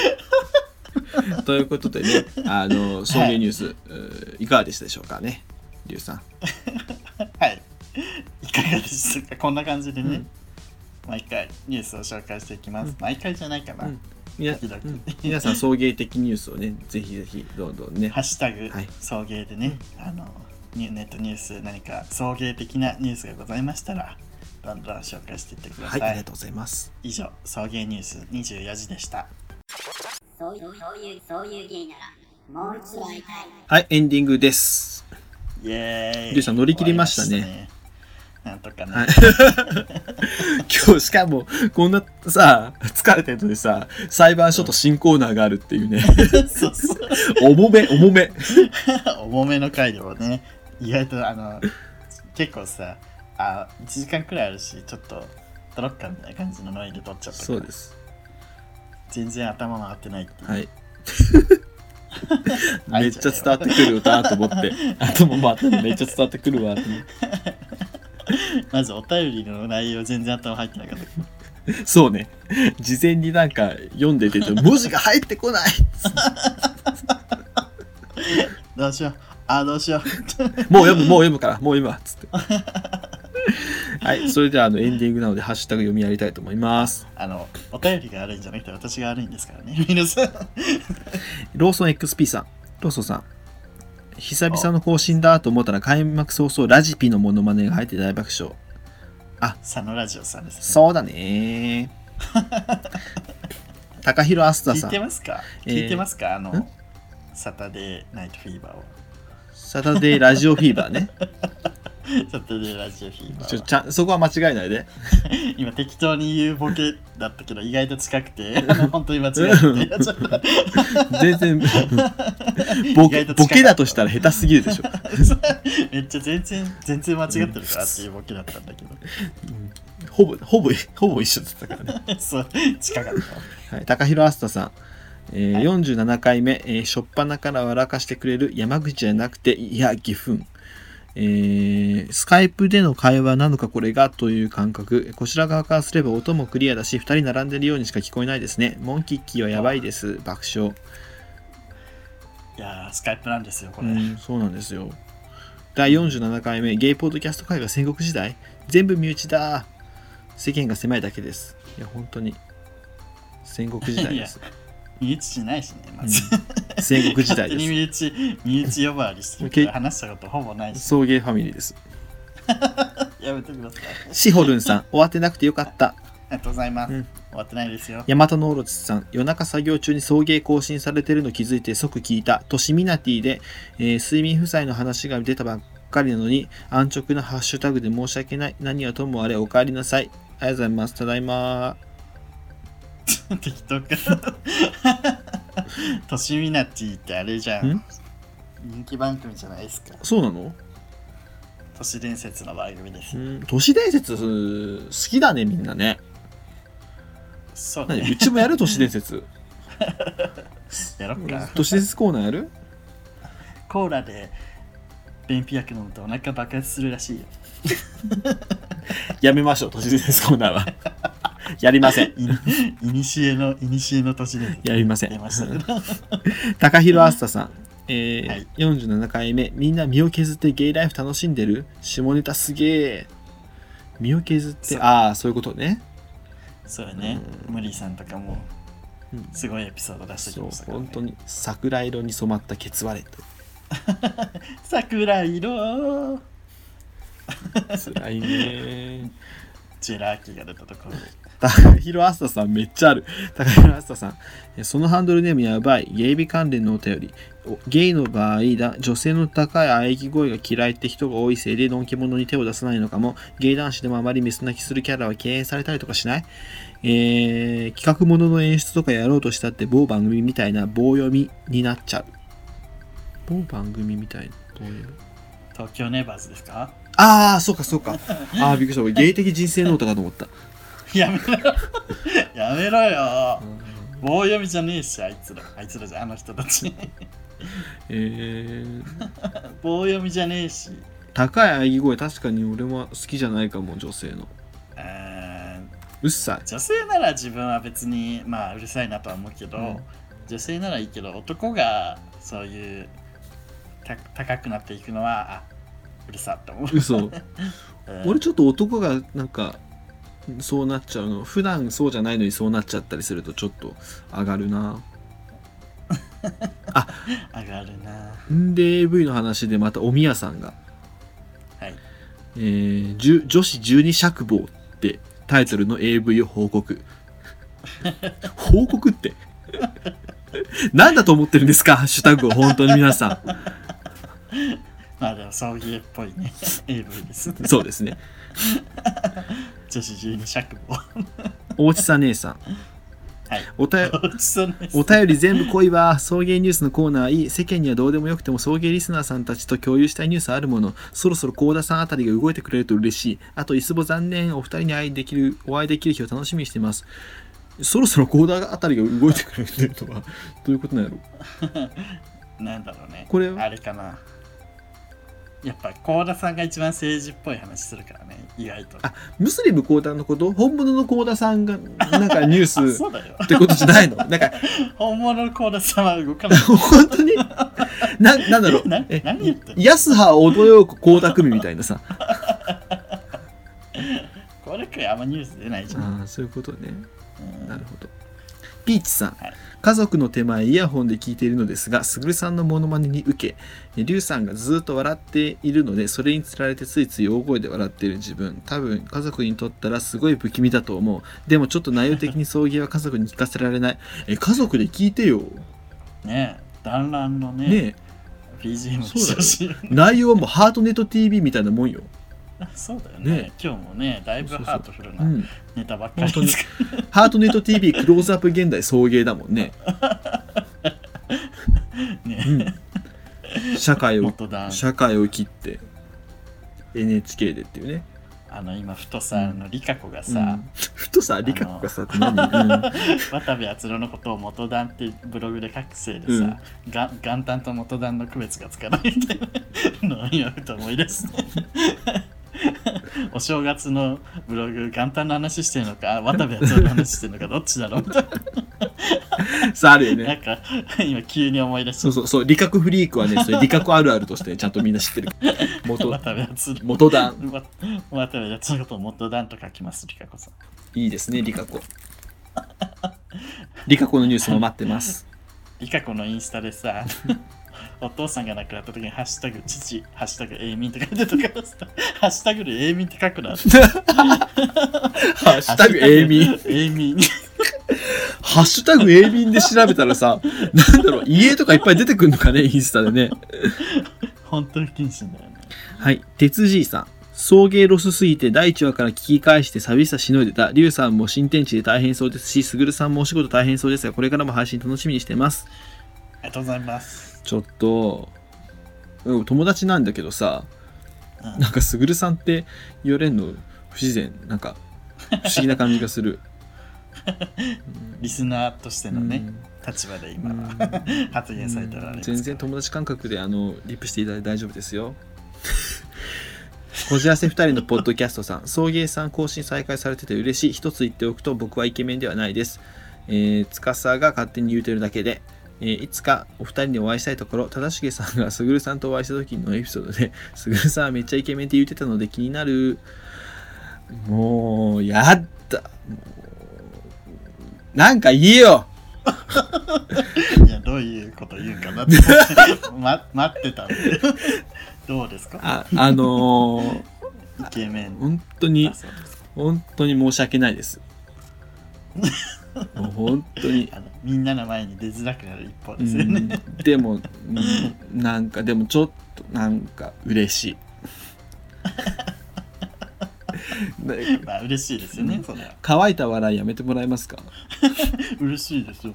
Speaker 1: ということでねあの送迎ニュース、うーい、かがでしたでしょうかねリュウさん
Speaker 2: はい。いかがでしたかこんな感じでね、
Speaker 1: うん
Speaker 2: 毎回ニュースを紹介していきます。毎回じゃないかな。
Speaker 1: うんみな、
Speaker 2: 時々
Speaker 1: うん皆さん送迎的ニュースをねぜひぜひどんどんね
Speaker 2: ハッシュタグ
Speaker 1: はい
Speaker 2: 送迎でね、あのニュネットニュース何か送迎的なニュースがございましたらどんどん紹介していってくだ
Speaker 1: は
Speaker 2: さい。
Speaker 1: いありがとうございます
Speaker 2: 以上送迎ニュース24時でした。
Speaker 3: そういう、そういう、そういう芸なら、もう一度会いたい。
Speaker 1: はいエンディングです
Speaker 2: イエーイ。
Speaker 1: リュウさん乗り切りましたね
Speaker 2: 終わりましたねなんとかね。
Speaker 1: はい今日しかもこんなさ疲れてるのにさ裁判所と新コーナーがあるっていうね
Speaker 2: そうそう。
Speaker 1: 重め重め
Speaker 2: 重めの回でもね、意外とあの結構さ、あ1時間くらいあるし、ちょっとトロッカみたいな感じのノリで撮っちゃったか
Speaker 1: そう
Speaker 2: ら
Speaker 1: で、す
Speaker 2: 全然頭回ってないってい う。
Speaker 1: はい
Speaker 2: はい
Speaker 1: めっちゃ伝わってくる歌と思って頭も頭めっちゃ伝わってくるわと思って
Speaker 2: まずお便りの内容全然頭入ってなかった。
Speaker 1: そうね。事前になんか読んでてて、文字が入ってこない
Speaker 2: どうしよう。あ、どうしよ
Speaker 1: もう読む、もう読むから、もう今、つって。はい、それではあのエンディングなので、ハッシュタグ読みやりたいと思います
Speaker 2: う。。あの、お便りが悪いんじゃなくて私が悪いんですからね。皆さん。
Speaker 1: ローソン XP さん、ローソンさん。久々の更新だと思ったら開幕早々ラジピのモノマネが入って大爆笑。
Speaker 2: 佐野ラジオさんです、ね。
Speaker 1: そうだね ー。高弘アスタ
Speaker 2: 聞
Speaker 1: さ
Speaker 2: い
Speaker 1: ん
Speaker 2: て、ますか、
Speaker 1: えー
Speaker 2: 聞いてますかあの
Speaker 1: ん、
Speaker 2: サタデーナイトフィーバーを。
Speaker 1: サタデーラジオフィーバー ね。
Speaker 2: サタデーラジオフィーバ
Speaker 1: ちょ
Speaker 2: ーは。
Speaker 1: ちゃんそこは間違えないで。
Speaker 2: 今適当に言うボケだったけど、意外と近 くて、あの本当に間違えてちょっと。
Speaker 1: 全 然ボケ
Speaker 2: 意外と近かった
Speaker 1: ボケだとしたら下手すぎるでしょ。
Speaker 2: めっちゃ全然、全然間違ってるからっていうボケだったんだけど。
Speaker 1: ほぼほぼほぼ一緒だったからね。
Speaker 2: そう、近かっ
Speaker 1: はい、高弘アスタさん、えー47回目、えー、初っ端から笑かしてくれる山口じゃなくていや岐阜えースカイプでの会話なのかこれがという感覚こちら側からすれば音もクリアだし2人並んでるようにしか聞こえないですねモンキッキーはやばいです爆笑、
Speaker 2: た。いやー、スカイプなんですよ、こ
Speaker 1: う
Speaker 2: れ。
Speaker 1: ん、そうなんですよ第47回目ゲイポッドキャスト会が戦国時代全部身内だ世間が狭いだけですいや本当に戦国時代 です、
Speaker 2: 身内しないしね、ま
Speaker 1: うん
Speaker 2: ず。
Speaker 1: 戦国時代
Speaker 2: 勝手
Speaker 1: です
Speaker 2: に身内、身内呼ばわりしてるから話したことほぼないし。
Speaker 1: 送迎ファミリーです。
Speaker 2: やめてください。
Speaker 1: シホルンさん、 終わってなくてよかった。
Speaker 2: ありがとうございます。
Speaker 1: うん
Speaker 2: 終わってないですよ。
Speaker 1: ヤマトノオロチさん、夜中作業中に送迎更新されてるの気づいて即聞いた。としみなティで、えー睡眠負債の話が出たばっかりなのに、安直なハッシュタグで申し訳ない。何はともあれ、お帰りなさい。ありがとうございます。ただいま。
Speaker 2: 適当か。 としみなティってあれじゃん
Speaker 1: ん。
Speaker 2: 人気番組じゃないですか。
Speaker 1: そうなの
Speaker 2: 都市伝説の番組です
Speaker 1: う。ん、都市伝説、好きだね、みんなね。
Speaker 2: そう
Speaker 1: 何
Speaker 2: ね。
Speaker 1: うちもやる 都市伝説。
Speaker 2: やろっか。
Speaker 1: 都市伝説コーナーやる
Speaker 2: コーラで便秘薬飲むとお腹爆発するらしいよ。
Speaker 1: やめましょう、都市伝説コーナーは。 やりません。
Speaker 2: いいに しえの、いにしえの都市伝説。
Speaker 1: やりません
Speaker 2: 出まし たけど。
Speaker 1: 高弘あすたさん、えー
Speaker 2: はい
Speaker 1: 47回目みんな身を削ってゲイライフ楽しんでる下ネタすげえ身を削って
Speaker 2: そう
Speaker 1: ああそういうことね
Speaker 2: そうやね。ムリーさんとかも
Speaker 1: うん。
Speaker 2: すごいエピソード出してき
Speaker 1: そう
Speaker 2: ましたから、
Speaker 1: 本
Speaker 2: ね。
Speaker 1: 当に桜色に染まったケツ割れ
Speaker 2: 桜色
Speaker 1: と辛いね
Speaker 2: ジェラーキーが出たところで。
Speaker 1: 高 弘あすたさんめっちゃある高弘あすたさんえそのハンドルネームやばいゲイビ関連のお便りおゲイの場合だ女性の高い喘ぎ声が嫌いって人が多いせいでのんき者に手を出さないのかもゲイ男子でもあまりメス泣きするキャラは敬遠されたりとかしないえー企画ものの演出とかやろうとしたって某番組みたいな棒読みになっちゃう某番組みたいな棒読み
Speaker 2: 東京ネイバーズですか
Speaker 1: ああそうかそうかああびっくりした俺ゲイ的人生ノートかと思った
Speaker 2: やめろやめろよ棒読みじゃねえし、あいつら。あいつらじゃ、あの人たち。
Speaker 1: えー、
Speaker 2: 棒読みじゃねえし。
Speaker 1: 高い喘ぎ声確かに俺も好きじゃないかも女性の
Speaker 2: うーん
Speaker 1: うっさ
Speaker 2: 女性なら自分は別に、まあ、うるさいなとは思うけど、
Speaker 1: うん
Speaker 2: 女性ならいいけど、男がそういうた高くなっていくのは、あうるさって思う。
Speaker 1: い嘘
Speaker 2: うん
Speaker 1: 俺ちょっと男がなんかそうなっちゃうの普段そうじゃないのにそうなっちゃったりするとちょっと上がるな
Speaker 2: 上がるな。
Speaker 1: んで AV の話でまたおみやさんが、
Speaker 2: はい。
Speaker 1: えーじゅ女子十二尺棒」ってタイトルの AV を報 告報告って何だと思ってるんですかハッシュタグを本当に皆さ
Speaker 2: まあでも、送迎っぽいね。AV です。
Speaker 1: んそうですね
Speaker 2: 女子12尺棒。
Speaker 1: 大地さん姉さん、
Speaker 2: はい
Speaker 1: おたよ
Speaker 2: おじさんです
Speaker 1: お便り全部来いわ送迎ニュースのコーナーいい世間にはどうでもよくても送迎リスナーさんたちと共有したいニュースあるものそろそろ幸田さんあたりが動いてくれると嬉しいあといすぼ残念お二人に会いできるお会いできる日を楽しみにしていますそろそろ幸田あたりが動いてくれるとはどういうことなんやろ
Speaker 2: なんだろうね。
Speaker 1: これは
Speaker 2: あれかな。やっぱ高田さんが一番政治っぽい話するからね意外と
Speaker 1: あムスリム幸田のこと本物の幸田さんがなんかニュー
Speaker 2: あ
Speaker 1: ス
Speaker 2: そうだよ
Speaker 1: ってことじゃないのなんか
Speaker 2: 本物の高田さんは動かない
Speaker 1: 本当にななんだろう
Speaker 2: な
Speaker 1: え
Speaker 2: 何言ってんの
Speaker 1: 安葉踊よ子幸田組みたいなさ
Speaker 2: 高田君あんまニュース出ないじゃん、
Speaker 1: ああそういうことね
Speaker 2: うん
Speaker 1: なるほどピーチさん、
Speaker 2: はい
Speaker 1: 家族の手前イヤホンで聞いているのですがすぐるさんのモノマネに受けリュウさんがずっと笑っているのでそれにつられてついつい大声で笑っている自分多分家族にとったらすごい不気味だと思うでもちょっと内容的に送迎は家族に聞かせられないえ家族で聞いてよ
Speaker 2: ねえ団らんのね
Speaker 1: ね
Speaker 2: BGM
Speaker 1: そうだよ
Speaker 2: してほしい
Speaker 1: え内容はもうハートネット TV みたいなもんよ、
Speaker 2: そうだよね
Speaker 1: ね
Speaker 2: 今日もねだいぶ
Speaker 1: そうそうそう
Speaker 2: ハートフル
Speaker 1: う、
Speaker 2: なんネタばっかりですか
Speaker 1: ハートネット TV クローズアップ現代送迎だもんね、
Speaker 2: らね
Speaker 1: う ん、社会を
Speaker 2: 元団
Speaker 1: 社会を切って NHK でっていうね
Speaker 2: あの今ふとさあのリカ子がさ、
Speaker 1: ふとさ、リカ子がさ、って何、
Speaker 2: 渡部篤郎のことを元団ってブログで書くせいでさ、が元旦と元旦の区別がつかないみたいなのを今ふと思い出 すねお正月のブログ元旦の話してるのか渡部篤郎の話してるのかどっちだろうみたい
Speaker 1: うん、さあ、あるよ
Speaker 2: なな
Speaker 1: ね。
Speaker 2: んか今急に思い出し
Speaker 1: そう
Speaker 2: た
Speaker 1: そうそう、理覚フリークは ね、それ理覚あるあるとして、ちゃんとみんな知ってる。元、
Speaker 2: 渡部篤郎
Speaker 1: 元段。
Speaker 2: わ 渡部篤郎のことを元旦と書きますリカ子さん
Speaker 1: いいです ね、理香子。理香子のニュースも待ってます。
Speaker 2: リカ子のインスタで さ、お父さんが亡くなった時に、ハッシュタグ父、ハッシュタグ永眠って書いてたからさ、ハッシュタグで永眠って書くな。ハ
Speaker 1: ハッシュタグ永眠。。
Speaker 2: 永眠。
Speaker 1: ハッシュタグ永眠で調べたらさ、なんだろう、家とかいっぱい出てくるのかね、インスタでね。
Speaker 2: 本当に不謹慎だよね。
Speaker 1: はい、鉄じいさん。送迎ロスすぎて第1話から聞き返して寂しさしのいでた。リュウさんも新天地で大変そうですし、すぐるさんもお仕事大変そうですが、これからも配信楽しみにしてます。
Speaker 2: ありがとうございます。
Speaker 1: ちょっと、うん、友達なんだけどさ、
Speaker 2: うん
Speaker 1: なんかすぐるさんって言われるの不自然、なんか不思議な感じがす る。
Speaker 2: リスナーとしてのね、立場で
Speaker 1: う
Speaker 2: 今、
Speaker 1: ん
Speaker 2: 発言されたらあれですけ
Speaker 1: 全
Speaker 2: ど
Speaker 1: 然友達感覚であのリップしていただいて大丈夫ですよ。こじらせ2人のポッドキャストさん、送迎さん更新再開されてて嬉しい。一つ言っておくと僕はイケメンではないです。えー、司が勝手に言うてるだけで、えーいつかお二人にお会いしたいところ、正成さんがすぐるさんとお会いした時のエピソードで、すぐるさんはめっちゃイケメンって言ってたので気になる。もう、やった。もうなんか言えよ
Speaker 2: いや、どういうこと言うかなって思 って、ま、待ってたんで。どうですか
Speaker 1: ああのー、
Speaker 2: イケメン。
Speaker 1: 本当に
Speaker 2: あそうです
Speaker 1: 本当に申し訳ない です。もう本当に。
Speaker 2: あのみんなの前に出づらくなる一方
Speaker 1: う
Speaker 2: ですよね。
Speaker 1: ん、でも、うんなんかでもちょっとなんか嬉しい。ね
Speaker 2: まあ嬉しいですよね、それは。
Speaker 1: 乾いた笑いやめてもらえますか
Speaker 2: 嬉しいですよ、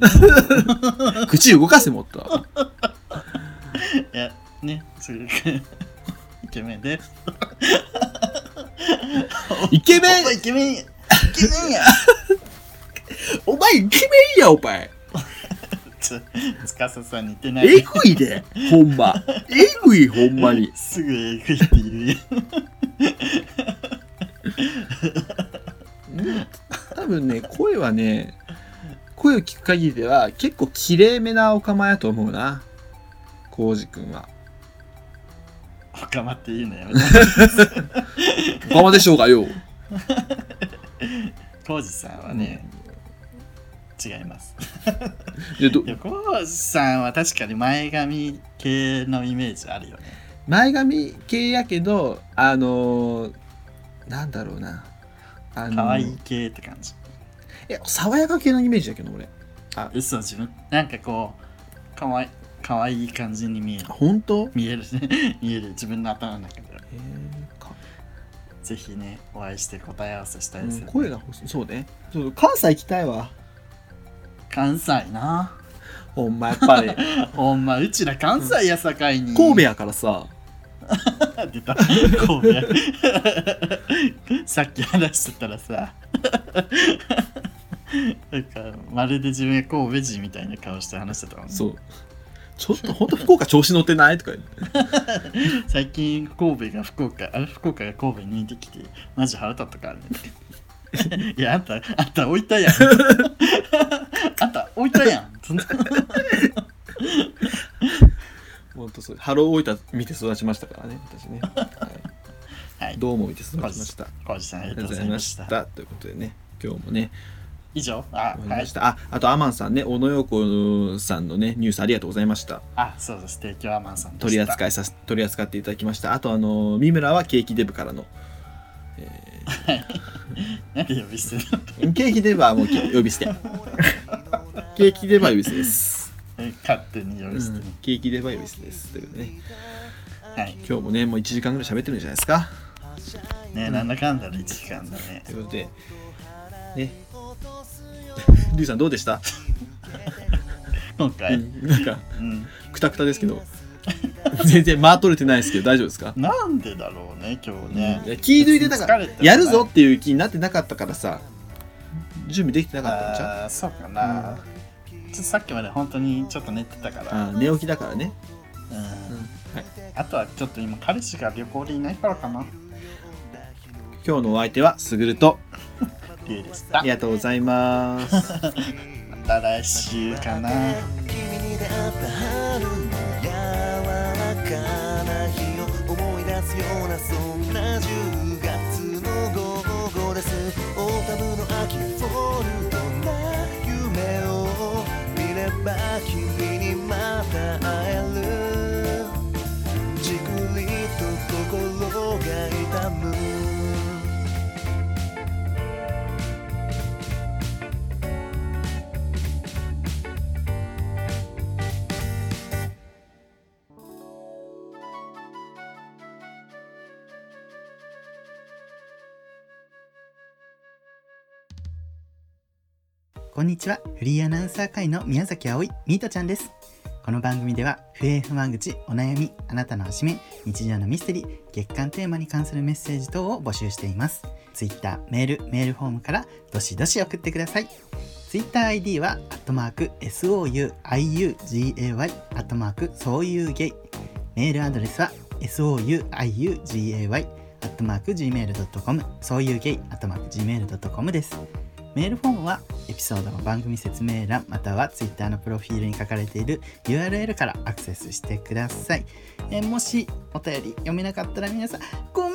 Speaker 1: 口動かせもっと。
Speaker 2: いや、ね、それ イケメンで。
Speaker 1: イケメン
Speaker 2: おイケメンイケメン や
Speaker 1: お前イケメンやお前
Speaker 2: つつかささん似てない。
Speaker 1: えぐいでほんま。えぐいほんまに。
Speaker 2: すぐえぐいって言うよ。
Speaker 1: 多分ね、声はね、声を聞く限りでは結構きれいめなお構いやと思うな。コウジ君は。
Speaker 2: おかまって言うのやめ
Speaker 1: おかまでしょうかよ。
Speaker 2: コウジさんはね、違います。
Speaker 1: でど
Speaker 2: いや、コウジさんは確かに前髪系のイメージあるよね。
Speaker 1: 前髪系やけどあのーなんだろうなあのー
Speaker 2: 可愛い系って感じ。
Speaker 1: いや爽やか系のイメージだけど俺
Speaker 2: 嘘、自分、なんかこう、かわい可愛い感じに見える。
Speaker 1: 本当
Speaker 2: 見える ね。見える。自分の頭の中では。
Speaker 1: えーか
Speaker 2: ぜひね、お会いして答え合わせした
Speaker 1: う
Speaker 2: いですよ、
Speaker 1: ん、
Speaker 2: ね
Speaker 1: 声が欲しいそうねそう関西行きたいわ
Speaker 2: 関西な。
Speaker 1: ほんまやっぱり
Speaker 2: ほんま、うちら関西やさかい に。
Speaker 1: 神戸やからさ
Speaker 2: 戸出た。神戸。さっき話してたらさ。なんかまるで自分が神戸人みたいな顔して話してたもんね。
Speaker 1: そうちょっと本当福岡調子乗ってないとか言って
Speaker 2: 最近神戸が福岡あれ福岡が神戸に似てきてマジ腹立ったからねいやあんたあんた置いたやんあんた置いたやんそんな
Speaker 1: 本当そうハロー大分見て育ちましたからね私ね、 はい
Speaker 2: はい
Speaker 1: どうも見て育ちましたあ
Speaker 2: 浩二さんあり
Speaker 1: り
Speaker 2: が
Speaker 1: が
Speaker 2: と
Speaker 1: と
Speaker 2: う
Speaker 1: うござ
Speaker 2: ござい
Speaker 1: い
Speaker 2: ま
Speaker 1: ま
Speaker 2: し
Speaker 1: したたということでね今日もね
Speaker 2: 以上
Speaker 1: 終
Speaker 2: あ
Speaker 1: わ
Speaker 2: は
Speaker 1: り
Speaker 2: い
Speaker 1: ました、ああとアマンさんね小野陽子さんのねニュースありがとうございました
Speaker 2: あそうです提供アマンさんでした
Speaker 1: 取り扱いさせ取り扱っていただきましたあとあの三村はケーキデブからの
Speaker 2: なんで呼び捨てなの
Speaker 1: ケーキデブはもうけ呼び 捨てケーキデブは呼び捨てです、
Speaker 2: え勝手に呼
Speaker 1: う
Speaker 2: び捨て
Speaker 1: ん
Speaker 2: ね、
Speaker 1: ケーキデブは呼び捨てですということでね
Speaker 2: はい
Speaker 1: 今日もねもう1時間ぐらい喋ってるんじゃないですか
Speaker 2: ねなんだかんだで1時間だね
Speaker 1: ということでね リュウさんどうでした、
Speaker 2: 今回、うん
Speaker 1: なんかくたくたです けど全然間取れてないですけど大丈夫ですか
Speaker 2: なんでだろうね今日ね、
Speaker 1: いや気抜いてたから
Speaker 2: 疲れて
Speaker 1: やるぞっていう気になってなかったからさ準備できてなかったんちゃう
Speaker 2: あーそうかな、ちょっとさっきまで本当にちょっと寝てたから、
Speaker 1: あー寝起きだからね、
Speaker 2: うん
Speaker 1: はい、
Speaker 2: あとはちょっと今彼氏が旅行でいないからかな
Speaker 1: 今日のお相手はすぐると
Speaker 2: 理由でした
Speaker 1: ありがとうございます
Speaker 2: また来週かな、
Speaker 4: 君に出会った春の柔らかな日を思い出すようなそんな10月の午後ですオータムの秋フォルトな夢を見れば君にまた会えるじくりと心が痛む
Speaker 5: こんにちは。フリーアナウンサー会の宮崎葵、ミートちゃんです。この番組では、不平不満口、お悩み、あなたのおしめ、日常のミステリー、月間テーマに関するメッセージ等を募集しています。Twitter、メール、メールフォームから、どしどし送ってください。TwitterID は、アットマーク、souiugay、アットマーク、そういうゲイ。メールアドレスは、souiugay、アットマーク、gmail.com、そういうゲイ、アットマーク、gmail.com です。メールフォームはエピソードの番組説明欄または Twitter のプロフィールに書かれている URL からアクセスしてください。えーもしお便り読めなかったら皆さんごめん